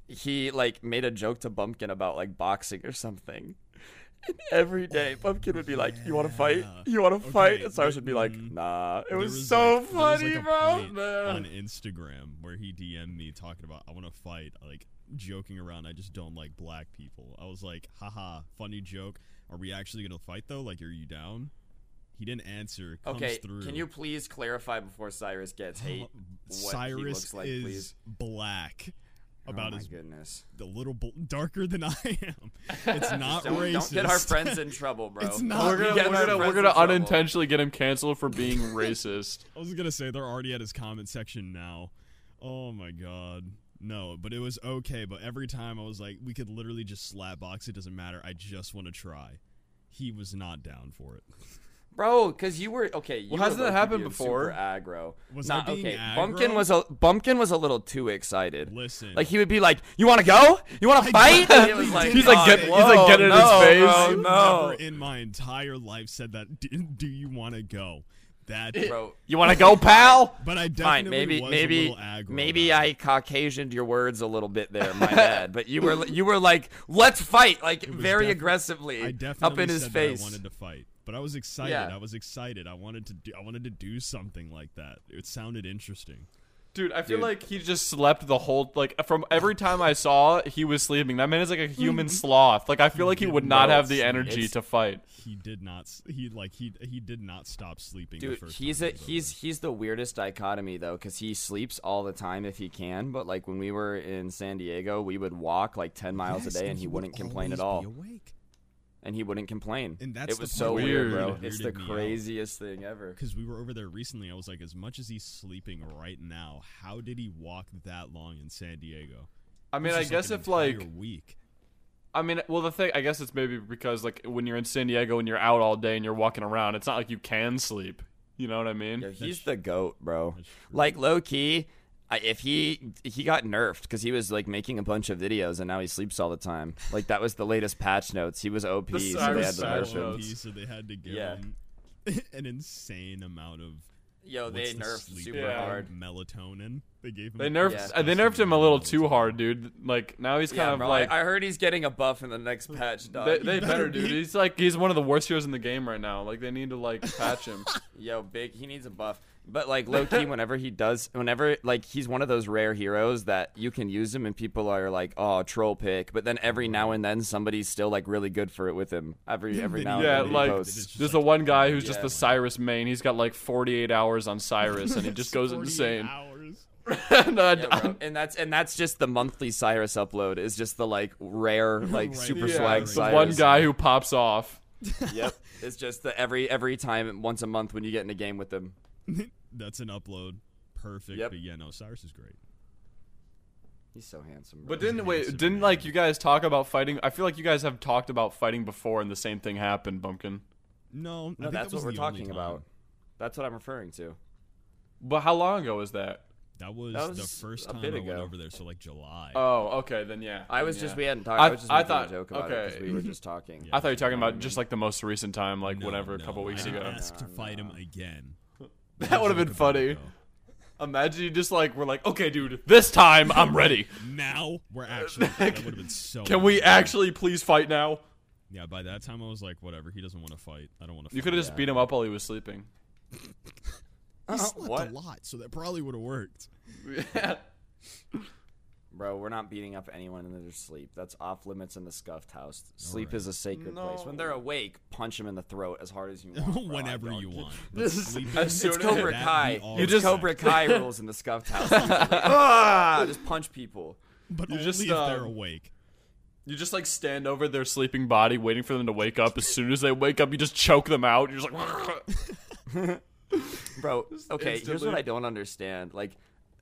he like made a joke to Bumpkin about like boxing or something. And every day Bumpkin would be like, You wanna fight?
yeah.
You wanna fight?
Okay,
And Cyrus would be like,
mm,
Nah. It
There
was, so
like- there was,
funny,
like, a
bro.
point
man.
On Instagram, where he DM'd me talking about, I want to fight, like joking around, I just don't like black people. I was like, haha, funny joke. Are we actually going to fight though? Like, are you down? He didn't answer. Comes
Okay,
through.
can
*laughs*
you please clarify before Cyrus gets hate?
Well,
what he
Cyrus
looks like,
is
please?
black. About
oh my
as *laughs*
goodness.
a little bl- darker than *laughs* I am.
*laughs*
It's not
Don't,
racist.
don't get our friends in trouble, bro.
It's
Don't
not
We're gonna,
get
we're
our
gonna, we're
friends
gonna
in trouble.
unintentionally get him canceled for being racist.
I was gonna say they're already at his comment section now. Oh my god. No, but it was okay. But every time I was like, we could literally just slap box. It doesn't matter. I just want to try. He was not down for it.
Bro, because you were okay. You
Well,
were
hasn't that
low-key
happened
being
before?
Super aggro.
Was
Nah,
I being
okay.
aggro?
Bumpkin was a Bumpkin was a little too excited.
Listen.
like he would be like, "You want to go? You want to fight?" *laughs* And it was
He's like,
"Oh,
get- he's like,
whoa,
get in his
no,
face."
bro,
I've
no,
never in my entire life said that. *laughs* Do, do you want to go? That.
bro.
You want to go, pal?
But I
Fine,
definitely
maybe,
was a
maybe,
little aggro.
maybe
about
I Caucasianed your words a little bit there.
*laughs*
My bad. But you were, you were like, "Let's fight!" Like
was
very
defi-
aggressively,
it. I definitely
up in his
said that
face.
I wanted to fight, but I was excited.
Yeah.
I was excited. I wanted to do. I wanted to do something like that. It sounded interesting.
*laughs* Dude, I feel
Dude.
like he just slept the whole like from every time I saw it, he was sleeping. That man is like a human sloth. Like I feel like he would not
No,
have the
it's-
energy
it's-
to fight.
he did not s- he like he he did not stop sleeping the
Dude,
first
he's
time
a
it was
he's he's the weirdest dichotomy though, because he sleeps all the time if he can. But like when we were in San Diego, we would walk like ten
over.
miles
Yes,
a day, and he,
would
wouldn't complain at all,
always be awake
and he wouldn't complain.
And that's
it was
the
so
part that weirded-
weird, bro. It's the
weirded me out.
craziest thing ever.
because we were over there recently i was like as much as he's sleeping right now how did he walk that long in san diego
I mean,
It's
I
just,
guess
an
if like
entire week
I mean, well, the thing I guess it's maybe because like when you're in San Diego and you're out all day and you're walking around, it's not like you can sleep. You know what I mean?
Yo, he's the goat, bro.
That's true.
Like low key, I, if he he got nerfed because he was like making a bunch of videos, and now he sleeps all the time. Like that was the latest patch notes. He was OP,
The
so
He
they
Cyrus
had to
so
Cyrus
nerf him.
notes.
OP, so they had to give
Yeah.
him *laughs* an insane amount of
Yo,
what's
they
the
nerfed
sleep
super
Yeah.
hard.
melatonin they gave him
They nerfed
Yeah.
uh, they nerfed him a little too hard, dude. Like now he's kind
yeah,
of
bro,
like
I, I heard he's getting a buff in the next patch, dog.
they, they better,
better
dude.
be.
He's like he's one of the worst heroes in the game right now. Like they need to like patch
*laughs*
him.
Yo, big. He needs a buff. But like
*laughs*
low key, whenever he does, whenever like he's one of those rare heroes that you can use him, and people are like, "Oh, troll pick." But then every now and then, somebody's still like really good for it with him.
*laughs*
Every every now
yeah,
and then,
like
he
It's
posts.
just
there's
like-
the one guy who's just
Yeah.
the Cyrus main. He's got like 48 hours on Cyrus,
*laughs*
and he just goes
48
insane.
hours.
*laughs* And I-
Yeah, bro. and that's and that's just the monthly Cyrus upload is just the like
*laughs*
rare like
Right.
super
yeah,
swag
the
Cyrus.
one guy who pops off.
Yep. It's just the every every time once a month when you get in a game with him.
that's an upload perfect
Yep.
but yeah no cyrus is great
He's so handsome. Bro.
But didn't wait?
handsome
Didn't
man.
like you guys talk about fighting? I feel like you guys have talked about fighting before, and the same thing happened, Bumpkin.
no, I
no,
think that
that's
was
what we're
the only
talking
time.
about. That's what I'm referring to.
But how long ago was that?
That was,
That
the
was
first
a
time I
bit
went
ago.
over there, so like July.
Oh, okay, then yeah.
I
then
was
yeah.
just we hadn't talked.
I-
I, was just
I
making
thought-
a joke about it
okay.
because we were
*laughs*
just talking.
I thought you were talking about just like the most recent time, like
No,
whenever a
no,
couple weeks
I didn't
ago. *laughs*
ask to fight him again.
That would have been funny. Imagine you just like we're like, okay, dude, this time *laughs* I'm ready.
Now
*laughs*
we're actually. That would have been so.
Can we
annoying.
actually please fight now?
Yeah. By that time, I was like, whatever. He doesn't want to fight. I don't want to.
You could have just beat him up while he was sleeping. *laughs*
He
Uh,
slept
what?
a lot, so that probably would have worked.
Bro, we're not beating up anyone in their sleep. That's off limits in the scuffed house. Sleep is a sacred place. When they're awake, punch them in the throat as hard
*laughs*
as you want. Oh, bro. I
Whenever
don't
you
care. *laughs*
want.
This is
sleep-
as soon
It's
as-
Cobra
that
Kai.
we all
You
respect.
just
*laughs*
Cobra Kai rules in the scuffed house. ah, just punch people.
But
You
only
just,
if they're
um,
awake.
*laughs* You just like stand over their sleeping body, waiting for them to wake up. As soon as they wake up, you just choke them out. You're just like, *laughs*
*laughs*
Bro, okay, here's
instantly-
what I don't understand. Like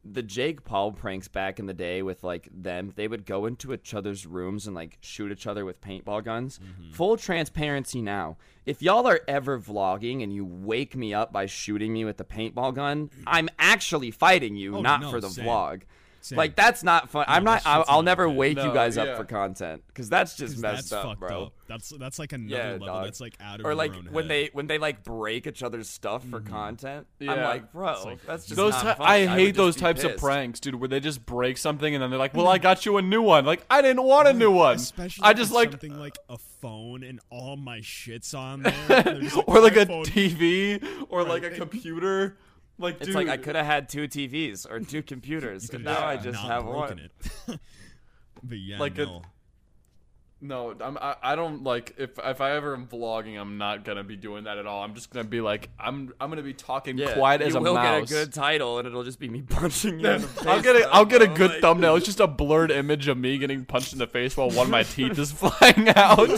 the Jake Paul pranks back in the day with like them, they would go into each other's rooms and like shoot each other with paintball guns.
Mm-hmm.
Full transparency now. If y'all are ever vlogging and you wake me up by shooting me with the paintball
*clears throat*
gun, I'm actually fighting you,
Oh,
not
no,
for the
same.
vlog.
Same.
Like that's not fun. I'm not.
that
I'll,
shit's
I'll
not
never
okay.
wake you
No,
guys
yeah.
up for content because that's just
'Cause
messed
that's
up,
fucked
bro
up. That's that's like another level.
dog.
That's like out of
or
your
like
own
when
head. Mm-hmm.
they when they like break each other's stuff for content. I'm
Yeah.
like, bro,
It's like-
that's just
those.
not
Ty-
funny.
I
would
hate
just
those
be
types of
pissed. Hmm.
pranks, dude, where they just break something and then they're like, "Well, I got you a new one." Like, I didn't want a new one.
Hmm. Especially
I
if
just
it's
like,
something like a phone and all my shits
*laughs*
on there, and they're just
or like
"My
a
phone." *laughs*
TV, or like a computer. Like,
It's
dude,
like I could have had two TVs or two computers,
Could've
and now I
not
just have
broken
one.
It. *laughs* but yeah,
Like a-
no.
No, I'm, I I don't like if if I ever am vlogging, I'm not gonna be doing that at all. I'm just gonna be like I'm I'm gonna be talking
Yeah,
quiet as
you
a
will
mouse.
get a good title, and it'll just be me *laughs* punching you. in the
*laughs* I'll
face,
get a
though,
I'll get a
bro,
good
like-
thumbnail.
*laughs*
It's just a blurred image of me getting punched in the face while one of my teeth is *laughs* flying
*laughs*
out.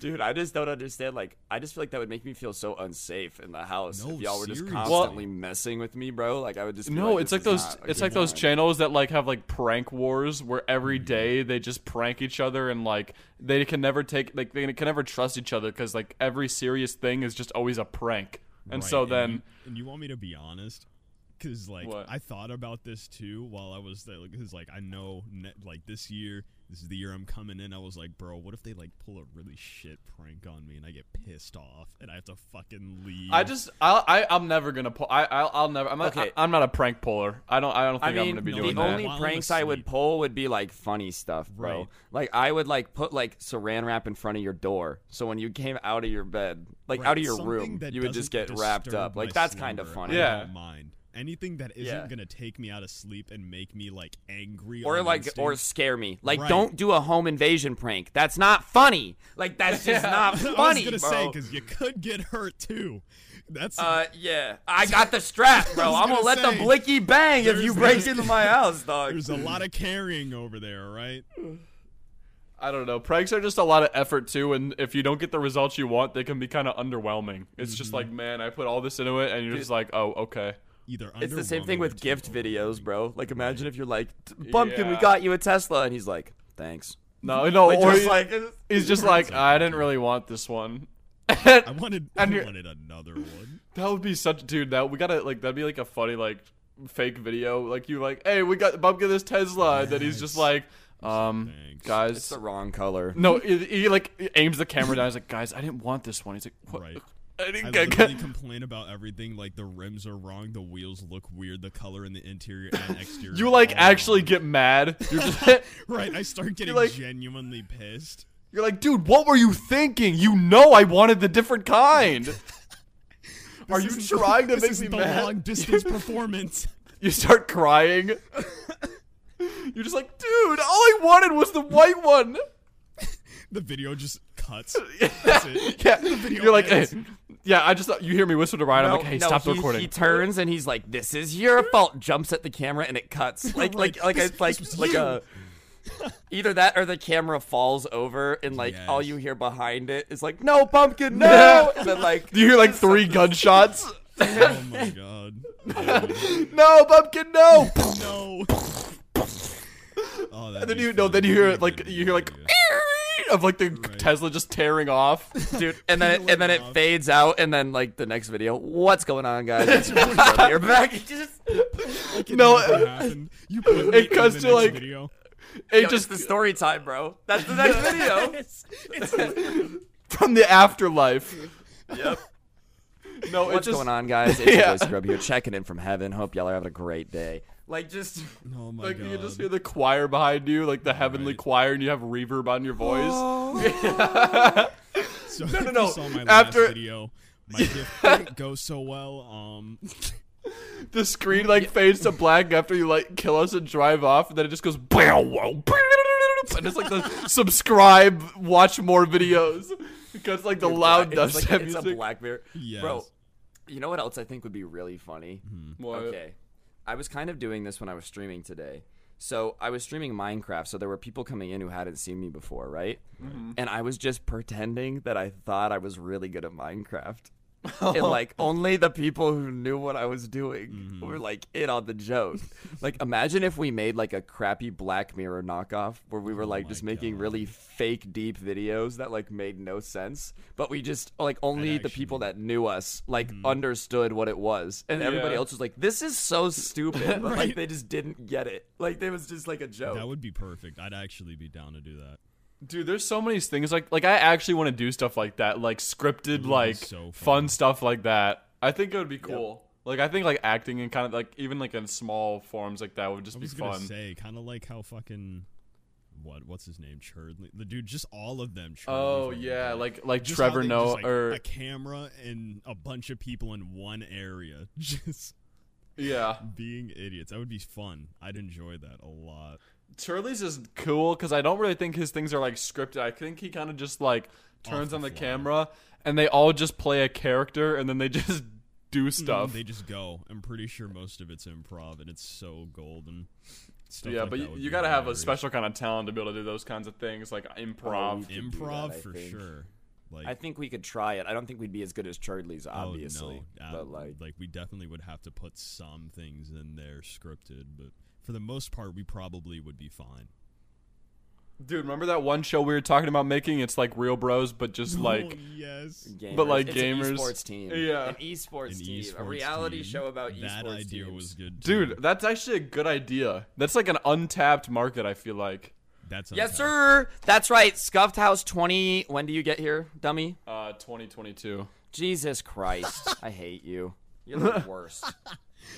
dude. I just don't understand. Like, I just feel like that would make me feel so unsafe in the house
No,
if y'all were just
seriously.
constantly messing with me, bro. Like, I would just be
No,
like,
it's
this
like
is
those
not a
it's
good Mm-hmm.
like those
time.
channels that like have like prank wars where every day they just prank each other and like they can never take like they can never trust each other because like every serious thing is just always a prank. And
Right,
so then
you, and you want me to be honest? Because like
What?
I thought about this too while I was there. Because like I know, ne- like this year, this is the year I'm coming in. I was like, bro, what if they like pull a really shit prank on me and I get pissed off and I have to fucking leave?
I just I'll, I I'm never gonna pull. I I'll, I'll never. I'm not,
Okay.
I, am not a prank puller. I don't. I don't think I
I
am
mean,
gonna be
no,
doing
the
that.
only
While I'm
pranks I would
asleep.
pull would be like funny stuff, bro.
Right.
Like I would like put like saran wrap in front of your door, so when you came out of your bed, like
Right,
out of your
something
room,
that
you would just get
doesn't
wrapped
disturb
up. Like
my
that's kind of
slumber,
funny.
Yeah.
I don't mind anything that isn't
Yeah.
gonna take me out of sleep and make me like angry
Or
on
like, or
instinct.
scare me. Like,
Right.
don't do a home invasion prank. That's not funny. Like, that's just not
*laughs* *laughs*
funny,
I was gonna
bro.
say because you could get hurt too. That's
uh, yeah, I got the strap, bro.
was
I'm gonna
gonna
let
say,
the blicky bang if
there's-
you break
there's-
into my house, dog.
there's a
*laughs*
lot of carrying over there, right?
I don't know. Pranks are just a lot of effort too, and if you don't get the results you want, they can be kind of underwhelming. It's just
Mm-hmm.
like, man, I put all this into it, and you're just like, oh, okay.
Either
It's the same
underwhelming
thing
or
with
too
gift videos, bro. Like, imagine if you're like, "T- Bumpkin, we
Yeah.
got you a Tesla, and he's like, thanks.
No,
*laughs*
no. Oh, or
just
he-
like-
he's just
*laughs*
like, I didn't really want this one.
I wanted
And
I
you're-
wanted another one.
That would be such, dude. That we gotta like. That'd be like a funny like fake video. Like you like, hey, we got Bump get this Tesla, and then he's just
Yes.
like, um,
Thanks.
guys,
It's the wrong color.
No, he, he like aims the camera down. He's like, guys, I didn't want this one. He's like, what?
Right.
I
I
didn't get.
literally complain about everything, like the rims are wrong, the wheels look weird, the color in the interior
*laughs*
and exterior.
you
are
like
all
actually
wrong.
get mad. You're
*laughs*
just,
right. I start getting
like-
genuinely pissed.
you're like, dude, what were you thinking? You know, I wanted the different
*laughs*
kind. Are you
This is-
trying to
this
make
is
me
the
mad?
long distance performance? *laughs*
You start crying. You're just like, dude, all I wanted was the white one.
The video just
*laughs*
cuts. That's it.
Yeah,
video
you're like, hey,
ends.
yeah. I just thought you hear me whisper to Ryan.
No,
I'm like, hey,
no,
stop the
he-
recording.
He turns and he's like, "This is your fault." Jumps at the camera and it cuts. Like, like,
Right.
like,
This-
a, like,
this was
like
you.
a. Either that or the camera falls over and like all
Yes.
you hear behind it is like, "No, pumpkin, no!" and then like,
Do you hear like three gunshots?
oh
*laughs*
my god. Dude,
no, Bumpkin, no.
no. Oh,
And *laughs* then you know, then you hear it like you hear like of like the Tesla just tearing off.
dude, and then
Peeling
and then it
off.
fades out, and then like the next video, what's going on, guys? You're back. It just-
no,
*laughs* You put me
It cuts
in
to,
the next
like-
video.
it
Yo,
just *laughs*
it's the story time, bro. That's the next video.
Oh
from the afterlife.
yep.
No,
What's
it's just
going on,
*laughs*
guys? It's
Yeah.
your boy Scrub here, checking in from heaven. Hope y'all are having a great day. Like, just
Oh my
like
god.
you just hear the choir behind you, like the heavenly
Right.
choir, and you have reverb on your voice. *laughs*
So *laughs* no,
no,
You saw my
after-
last video.
*laughs*
My gift didn't go so well. Um,
the screen like fades to black after you like kill us and drive off, and then it just goes bow wow, and it's like
*laughs*
the subscribe, watch more videos. Because like the loud
*laughs* it's like-
dubstep
It's a
music.
black mirror.
Yes.
Bro, you know what else I think would be really funny?
What?
Okay. I was kind of doing this when I was streaming today. So I was streaming Minecraft, so there were people coming in who hadn't seen me before, right? And I was just pretending that I thought I was really good at Minecraft. and like only the people who knew what I was doing were like in on the joke. like imagine if we made like a crappy Black Mirror knockoff where we were like just making really fake deep videos that like made no sense, but we just like only the people that knew us like understood what it was, and everybody
Yeah.
else was like, "This is
*laughs*
so stupid," but like they just didn't get it. Like it was just like a
Oh.
joke.
that would be perfect. I'd actually be down to do that.
Dude, there's so many things like like I actually want to do stuff like that, like scripted, like
so
fun.
fun.
stuff like that. I think it would be cool. Like I think like acting and kind of like even like in small forms like that would just
I
be
was gonna
fun.
say, kind of like how fucking what? What's his name? Churdley. The dude, just all of them. Churdley
oh
fucking
yeah,
did.
like like
Just how
Trevor
they
Noah
just, like,
or
a camera and a bunch of people in one area, *laughs* just
yeah.
being idiots. That would be fun. I'd enjoy that a lot.
Turley's is cool because I don't really think his things are like scripted. I think he kind of just like turns
the
on the
fly.
camera and they all just play a character and then they *laughs* just do stuff.
Mm, Mm-hmm. They just go. I'm pretty sure most of it's improv, and it's so golden. Stuff
yeah,
like
but
that
you,
would
you
be
gotta have a
hilarious. Oh,
special kind of talent to be able to do those kinds of things, like improv.
we- to do that,
improv
I
for
think.
sure. Like
I think we could try it. I don't think we'd be as good as Chardley's,
oh,
obviously,
no, uh,
but like.
we definitely would have to put some things in there scripted, but for the most part, we probably would be fine.
Dude, remember that one show we were talking about making? It's like Real Bros, but just *laughs* like
Oh, yes,
Gamers.
But, like,
it's
gamers-
an esports team,
Yeah.
an esports
An
team, a
esports
reality
team.
show about esports.
That idea
teams.
was good, too.
Dude, that's actually a good idea. That's like an untapped market, I feel like.
That's
Yes,
untapped.
sir. That's right. Scuffed House 20. When do you get here, dummy?
Uh 2022.
Jesus Christ.
*laughs*
I hate you. You're the worst.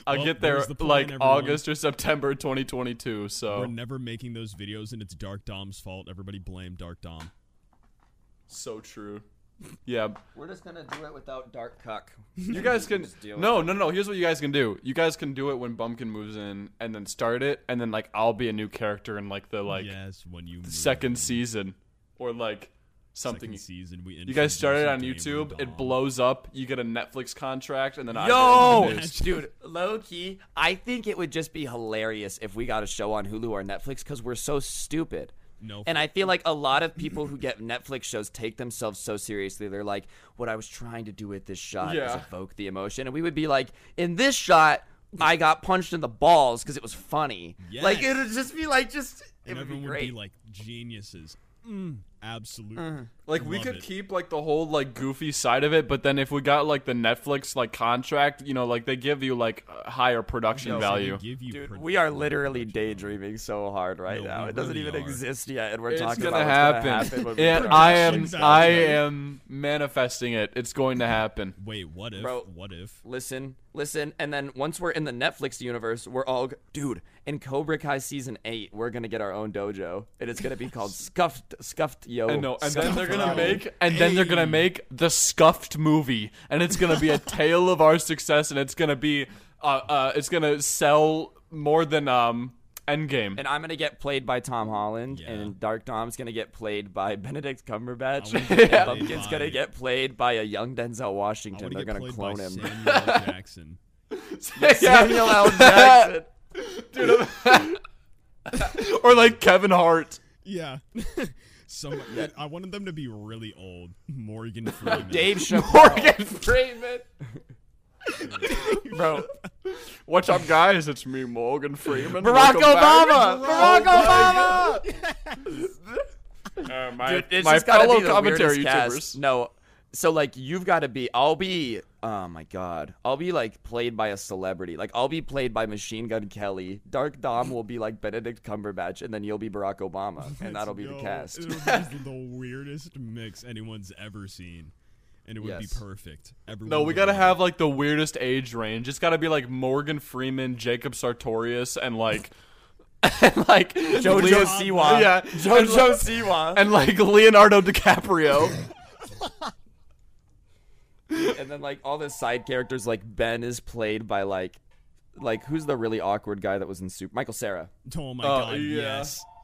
I'll
Well,
get there
there's the plan,
like
everyone.
August or September 2022,
We're
so
never making those videos, and it's Dark Dom's fault. Everybody blame Dark Dom.
so true. Yeah.
We're just going to do it without Dark Cuck.
You guys can
Just deal with
No, no, no. Here's what you guys can do. You guys can do it when Bumpkin moves in and then start it and then like I'll be a new character in like the like
yes, when you move
second
in.
season or like
Second
something
season, we
You guys started on
introduce Gamer
YouTube. It
Dom.
blows up. You get a Netflix contract, and then I get
*laughs* Yo,
introduced.
dude, low key, I think it would just be hilarious if we got a show on Hulu or Netflix because we're so stupid.
No,
And I feel like a lot of people who get Netflix shows take themselves so seriously. They're like, what I was trying to do with this shot
Yeah.
was evoke the emotion. And we would be like, in this shot, I got punched in the balls because it was funny.
Yes.
Like, it would just be like, just, it
and
would be
everyone would
great. Uh-huh.
be like geniuses. absolutely.
Like we
Love
could
it.
keep like the whole like goofy side of it, but then if we got like the Netflix like contract, you know, like they give you like a higher production value.
Give you
Dude,
pro-
we are literally daydreaming so hard right
No,
now.
we
It doesn't
really
even
are.
exist yet, and we're
It's
talking
gonna
about
happen.
what's gonna happen. when we
and
produce
I
it.
am
Exactly.
I am manifesting it. It's going to happen.
Wait, what if?
Bro.
What if?
Listen, listen, and then once we're in the Netflix universe, we're all g- dude. In Cobra Kai season eight, we're gonna get our own dojo, and
*laughs*
it's gonna be called Scuffed Scuffed Yo.
And no, and then
Scuffed
they're gonna
Yo.
make and then they're gonna make the scuffed movie, and it's gonna be a tale of our success, and it's gonna be uh uh it's gonna sell more than um Endgame. *laughs*
And I'm gonna get played by Tom Holland,
Yeah.
and Dark Dom's gonna get played by *laughs* Benedict Cumberbatch.
wanna get
*laughs* and
played
Bumpkin's
by-
gonna get played by a young Denzel
I
Washington.
want to
They're
get
gonna
played
clone
by
him.
Samuel L.
*laughs*
Jackson.
Samuel L.
*laughs*
Jackson.
or like Kevin Hart.
*laughs*
Yeah. Some, I wanted them to be really old.
*laughs*
Morgan Freeman.
Dave
*laughs*
Chappelle.
*laughs*
Morgan Freeman.
Bro.
What's up, guys? It's me, Morgan Freeman.
Barack
Welcome back. Oh
Oh
Obama! Barack Obama!
Uh, my
Dude, it's
my
just gotta
fellow
be the
commentary
weirdest cast.
YouTubers.
No, so like you've got to be. I'll be. Oh my god, I'll be like played by a celebrity. Like I'll be played by Machine Gun Kelly. Dark Dom will be like Benedict Cumberbatch, and then you'll be Barack Obama, and that'll be the
Yo,
*laughs*
cast.
It was the weirdest mix anyone's ever seen. and it would
Yes.
be perfect. Everyone
No, we
would
gotta
love it.
have like the weirdest age range. It's gotta be like Morgan Freeman, Jacob Sartorius, and like *laughs* and like
Jojo
Leo-
Siwa.
Yeah,
Jojo Siwa.
and like Leonardo DiCaprio.
and then like all the side characters like Ben is played by like like who's the really awkward guy that was in Super Michael Sarah.
Oh my
Oh,
god,
yeah.
yes. *laughs*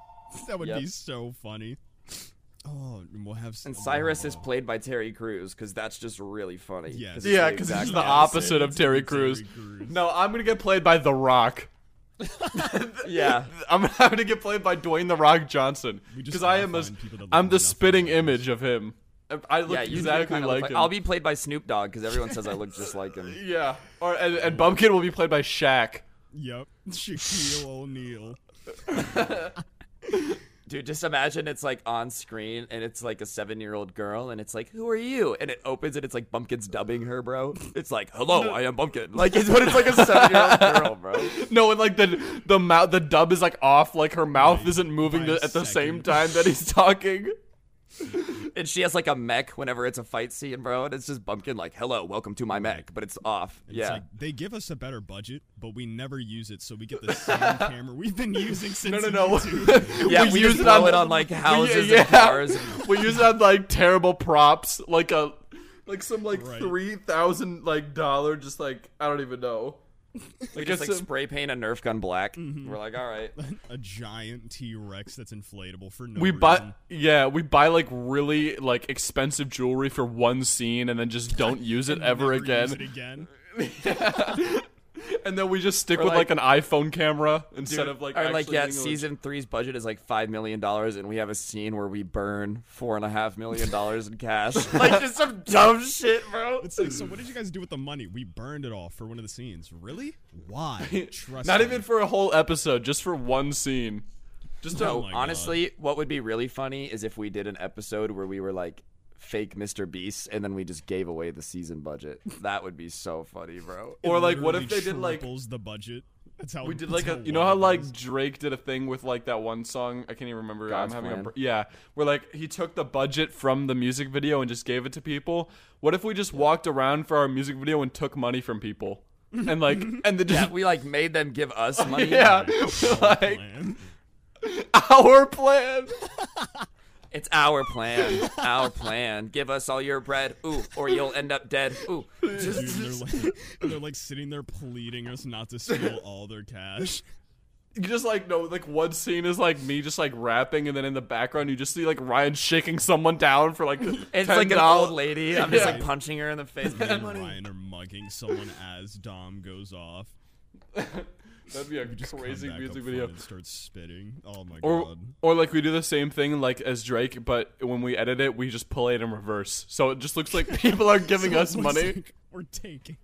That would be
Yep.
so funny. Oh, and we'll have s-
And Cyrus is
oh,
played by Terry Crews cuz that's just really funny.
Yes.
it's
yeah,
the
because he's
exact
the opposite of Terry Crews.
Crews.
No, I'm gonna get played by The Rock.
Yeah.
*laughs* I'm having to get played by Dwayne The Rock Johnson
We just
because I
gotta
am a,
find people that look
I'm the
enough for
spitting
those.
image of him. I look
Yeah, you
exactly
kind of
like
like
him.
I'll be played by Snoop Dogg cuz everyone says I look just
*laughs*
like him.
yeah, or and, and Bumpkin will be played by Shaq.
Yep, *laughs* Shaquille O'Neal.
Dude, just imagine it's like on screen and it's like a 7-year-old girl and it's like, "Who are you?" and it opens and it's like Bumpkin's dubbing her, bro. It's like, "Hello, I am Bumpkin." Like it's but it's like a 7-year-old girl, bro.
*laughs* No, and like the the mouth, the dub is like off, like her mouth isn't moving
five
the, at the same
seconds.
time that he's
*laughs*
talking.
And she has like a mech whenever it's a fight scene, bro. And it's just Bumpkin like, "Hello, welcome to my mech," but it's off.
And It's
yeah,
like they give us a better budget, but we never use it, so we get
*laughs*
the same camera we've been using since.
No, no, no. *laughs*
yeah. We,
use
just blow it on like houses
yeah.
and cars.
*laughs* we use it on like terrible props, like a like some like
Right.
three thousand like dollar, just like I don't even know.
We just
guess
like
so.
spray paint a Nerf gun black. We're like, all right.
A giant T Rex that's inflatable for no
We
reason.
buy yeah, we buy like really like expensive jewelry for one scene and then
*laughs*
just don't use it ever
Never use
again.
it again.
And then we just stick
Or,
with like, an
like-
iPhone camera instead
Dude,
of like
or like
actually
yeah,
being able to-
season three's budget is like five million dollars, and we have a scene where we burn four and a half million dollars
*laughs*
in cash. *laughs* like just some dumb shit, bro.
It's like, so what did you guys do with the money? We burned it all for one of the scenes. Really? Why?
*laughs*
Trust
Not
me.
even for a whole episode, just for one scene. Just
No,
to,
Oh my God.
honestly, what would be really funny is if we did an episode where we were like fake Mr. Beast and then we just gave away the season budget. That would be so funny, bro.
It
or like what
literally
if they did like
triples the budget? That's how
we did
that's
like a you
wild
know how
it
like
is.
Drake did a thing with like that one song I can't even remember
God's
I'm having a
Plan.
br- yeah where like he took the budget from the music video and just gave it to people. What if we just walked around for our music video and took money from people and like
*laughs*
and the
Yeah, we like made them give
*laughs*
us money.
yeah, like
Plan.
our plan.
It's our plan. Our plan. Give us all your bread. Ooh, or you'll end up dead. Ooh.
Dude,
*laughs*
they're, like, they're like sitting there pleading us not
*laughs*
to steal all their cash.
You just like no like one scene is like me just like rapping and then in the background you just see like Ryan shaking someone down for like
*laughs* It's
$10.
like an old lady. I'm just
Yeah.
like punching her in the face.
Me and Ryan are mugging someone as Dom goes off.
That'd be a
Just come
crazy
back up
music
front
video.
And starts spitting. Oh my
Or,
god.
or like we do the same thing like as Drake, but when we edit it, we just play it in reverse. So it just looks like people
*laughs*
are giving us
Someone's
money.
like, we're
*laughs*
taking.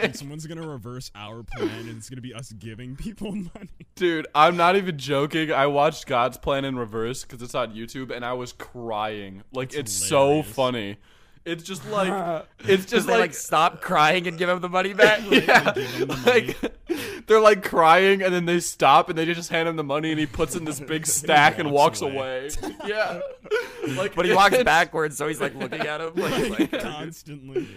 And someone's gonna reverse our plan, and it's gonna be us giving
*laughs*
people *laughs* money.
Dude, I'm not even joking. I watched God's Plan in reverse because it's on YouTube, and I was crying. Like it's
That's
so
hilarious.
funny. It's just
*laughs*
like it's just
They like
like
stop crying and give him the money *laughs* back.
yeah,
They give him the
*laughs*
money.
like they're like crying, and then they stop, and they just hand him the money, and *laughs* he puts in this big stack and walks
walks
away.
away.
*laughs* Yeah, like
But he walks
it's-
backwards, so he's like looking at him. Like, he's *laughs* like,
constantly.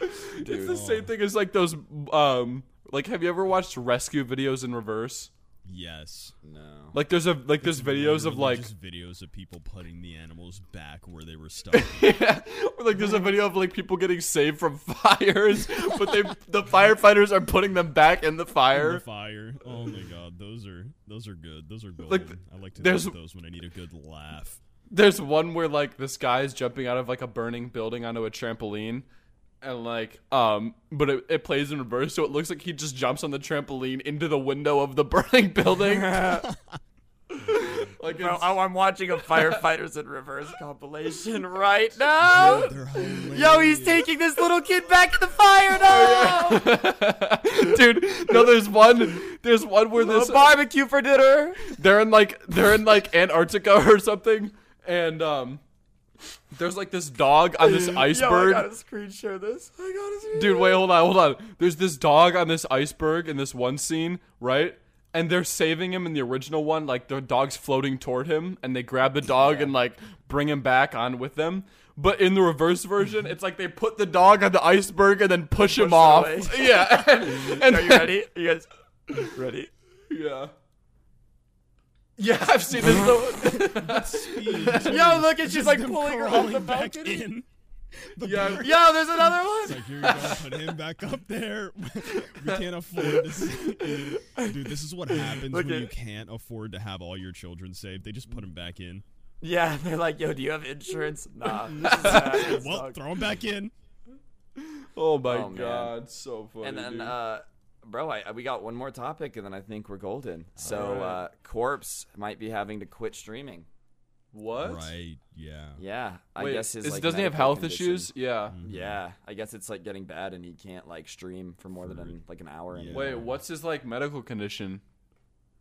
It's the same thing as like those um like have you ever watched rescue videos in reverse?
Yes.
*laughs* no.
Like there's a like there's videos of
Literally
like
just videos of people putting the animals back where they
*laughs*
were stuck.
or, like there's a video of like people getting saved from *laughs* fires, but they the firefighters are putting them back in the
in the
fire.
fire. Oh my god, those are those are good. Those are gold.
Like,
I like to
there's-
think of those when I need a good
*laughs*
laugh.
There's one where like this guy is jumping out of like a burning building onto a trampoline. And like, um, but it, it plays in reverse, so it looks like he just jumps on the trampoline into the window of the *laughs* burning
*laughs*
building. like,
Bro,
it's-
oh, I'm watching a firefighters in reverse *laughs* compilation right now.
They're hilarious.
Yo, he's taking this little kid back to the *laughs* fire now.
dude no there's one there's one where this
A barbecue for dinner.
they're in like they're in like antarctica *laughs* or something and um there's like this dog on
*laughs*
this iceberg
screen share this. I gotta
dude wait hold on hold on there's this dog on this iceberg in this one scene right and they're saving him in the original one. Like the dog's floating toward him, and they grab the dog and like bring him back on with them. But in the reverse version, it's like they put the dog on the iceberg and then push, him
it
off.
away.
*laughs* Yeah. and
Are you ready? You guys ready?
*laughs* Yeah. Yeah, I've seen this. Though. *laughs* Yo, look, and she's like pulling her off the
back
balcony. *laughs*
in.
Yeah, yo, there's another
It's
one.
like, here you go, put him back up there. *laughs* we can't afford to see. Dude, this is what happens
Look
when
at-
you can't afford to have all your children saved. They just put him back in.
Yeah, *laughs* they're like, yo, do you have insurance? Nah. This *laughs* is bad.
Well, throw him back in.
Oh my
Oh, man.
god, so funny.
and then,
dude.
uh, bro, I, we got one more topic, and then I think we're golden. So,
Alright.
uh, Corpse might be having to quit streaming.
what?
Right, yeah.
Yeah, I
Wait,
guess his
is-
like,
doesn't he have
medical
health
condition- Mm.
issues? Yeah.
Yeah, I guess it's like getting bad, and he can't like stream for more than an, like an hour.
Yeah.
anymore.
Wait, what's his like medical condition?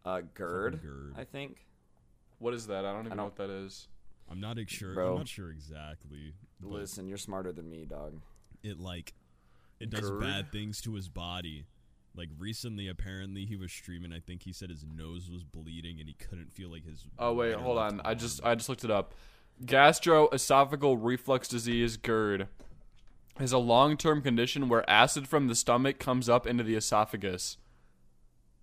Uh, GERD,
GERD.
I think.
What is that? I don't even know
don't-
what that is.
I'm not ex- sure.
Bro.
I'm not sure exactly. but
Listen, you're smarter than me, dog.
it like it does
Gerd?
bad things to his body. Like recently, apparently he was streaming. I think he said his nose was bleeding and he couldn't feel like his.
Oh wait,
right or
hold
left
on. I
arm.
just I just looked it up. Gastroesophageal reflux disease (GERD) is a long-term condition where acid from the stomach comes up into the esophagus.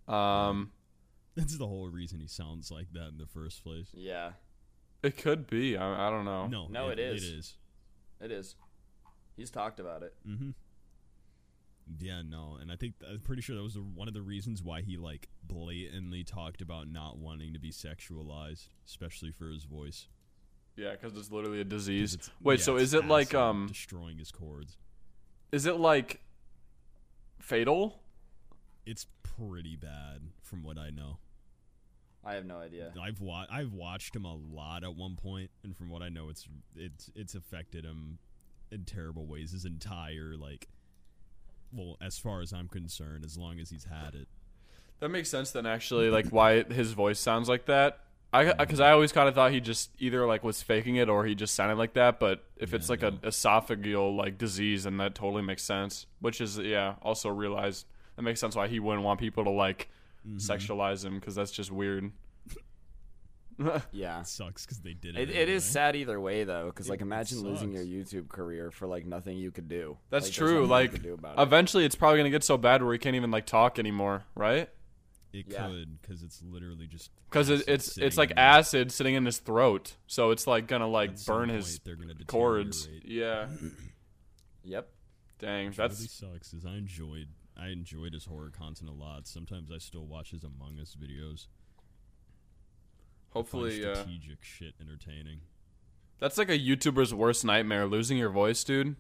Um,
*laughs* That's the whole reason he sounds like that in the first place.
Yeah,
it could be. I, I don't know.
No,
No, it is.
It is.
it is. He's talked about it.
Mm-hmm. Yeah, no, and I think I'm pretty sure that was the, one of the reasons why he like blatantly talked about not wanting to be sexualized, especially for his voice.
Yeah, because it's literally a
'Cause
disease.
it's-
Wait,
yeah,
so
it's
is it like
acid
um,
destroying his cords?
is it like fatal?
It's pretty bad, from what I know.
I have no idea.
I've wa- I've watched him a lot at one point, and from what I know, it's it's it's affected him in terrible ways. His entire like, well, as far as I'm concerned, as long as he's had it,
That makes sense then. Actually, like why his voice sounds like that. I because I always kind of thought he just either like was faking it or he just sounded like that. But if it's like an esophageal like disease, then that totally makes sense. Which is yeah, also realized that makes sense why he wouldn't want people to like
Mm-hmm.
sexualize him because that's just weird. *laughs*
Yeah.
it sucks because they did it.
It, it is
anyway.
sad either way though, because like imagine losing your
sucks.
YouTube career for like nothing you could do.
That's
there's
true.
nothing you
Like
could do about it.
eventually, it's probably gonna get so bad where he can't even like talk anymore, right?
It
Yeah.
could because it's literally just
Because it,
acid
it's
sitting
it's like
in there.
acid sitting in his throat, so it's like gonna like
At some
burn
point,
his
they're gonna
cords.
deteriorate.
Yeah,
yep.
dang,
Which
that's
really sucks. Is I enjoyed I enjoyed his horror content a lot. Sometimes I still watch his Among Us videos. I find
Hopefully, uh,
strategic shit entertaining.
that's like a YouTuber's worst nightmare: losing your voice, dude.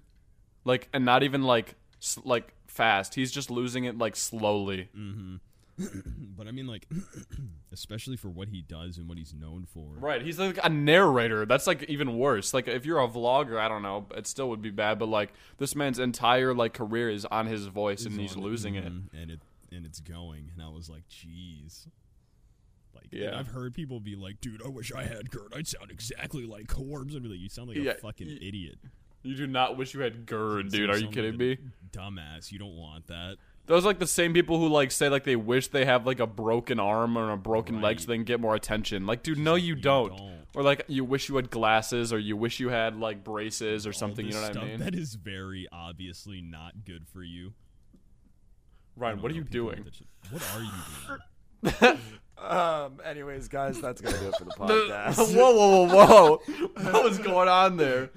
Like, and not even like s- like fast. He's just losing it like slowly.
Mm-hmm. *clears throat* But I mean, like, *clears throat* especially for what he does and what he's known for.
Right. He's like a narrator. That's like even worse. Like, if you're a vlogger, I don't know, it still would be bad. But like, this man's entire like career is on his voice, and he's
on it,
losing it.
mhm, and it and it's going. And I was like, jeez. Like, and
Yeah.
I've heard people be like, dude, I wish I had Gert. I'd sound exactly like Corbs. I'd be like, you sound like
Yeah,
a fucking
y-
idiot.
You do not wish you had GERD,
You
dude. Are you
sound like
kidding
a
me?
Dumbass. You don't want that.
Those are like the same people who like say like they wish they have like a broken arm or a broken leg so
Right.
they can get more attention. Like, dude, no, you, don't.
don't.
Or like you wish you had glasses or you wish you had like braces or
All
something. You
Oh, this
know what I mean?
stuff That is very obviously not good for you. I
Ryan,
don't
what are
know
you
people with
doing?
that shit. What are you
*laughs*
doing?
Um. Anyways, guys, that's gonna do it
*laughs*
for the
whoa,
podcast.
whoa, whoa, whoa! *laughs* what was going on there?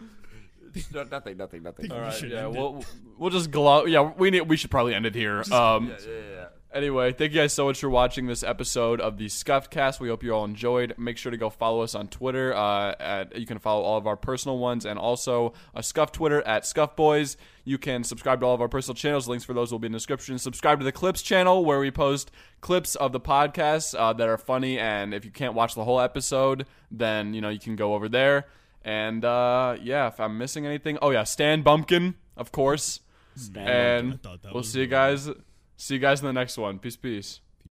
no, nothing. Nothing. Nothing.
All right,
should
yeah,
end it.
we'll we'll just glow. Yeah, we need. We should probably end it here. Um,
Yeah, yeah, yeah.
Anyway, thank you guys so much for watching this episode of the Scuffed Cast. We hope you all enjoyed. Make sure to go follow us on Twitter. Uh, at, you can follow all of our personal ones and also a Scuff Twitter at Scuff Boys. You can subscribe to all of our personal channels. Links for those will be in the description. Subscribe to the Clips channel where we post clips of the podcast uh, that are funny. And if you can't watch the whole episode, then you know you can go over there. And uh, yeah, if I'm missing anything, oh yeah, Stan Bumpkin, of course.
Stand up.
And
I thought that
we'll
was
see you
the one.
guys. See you guys in the next one. Peace, peace.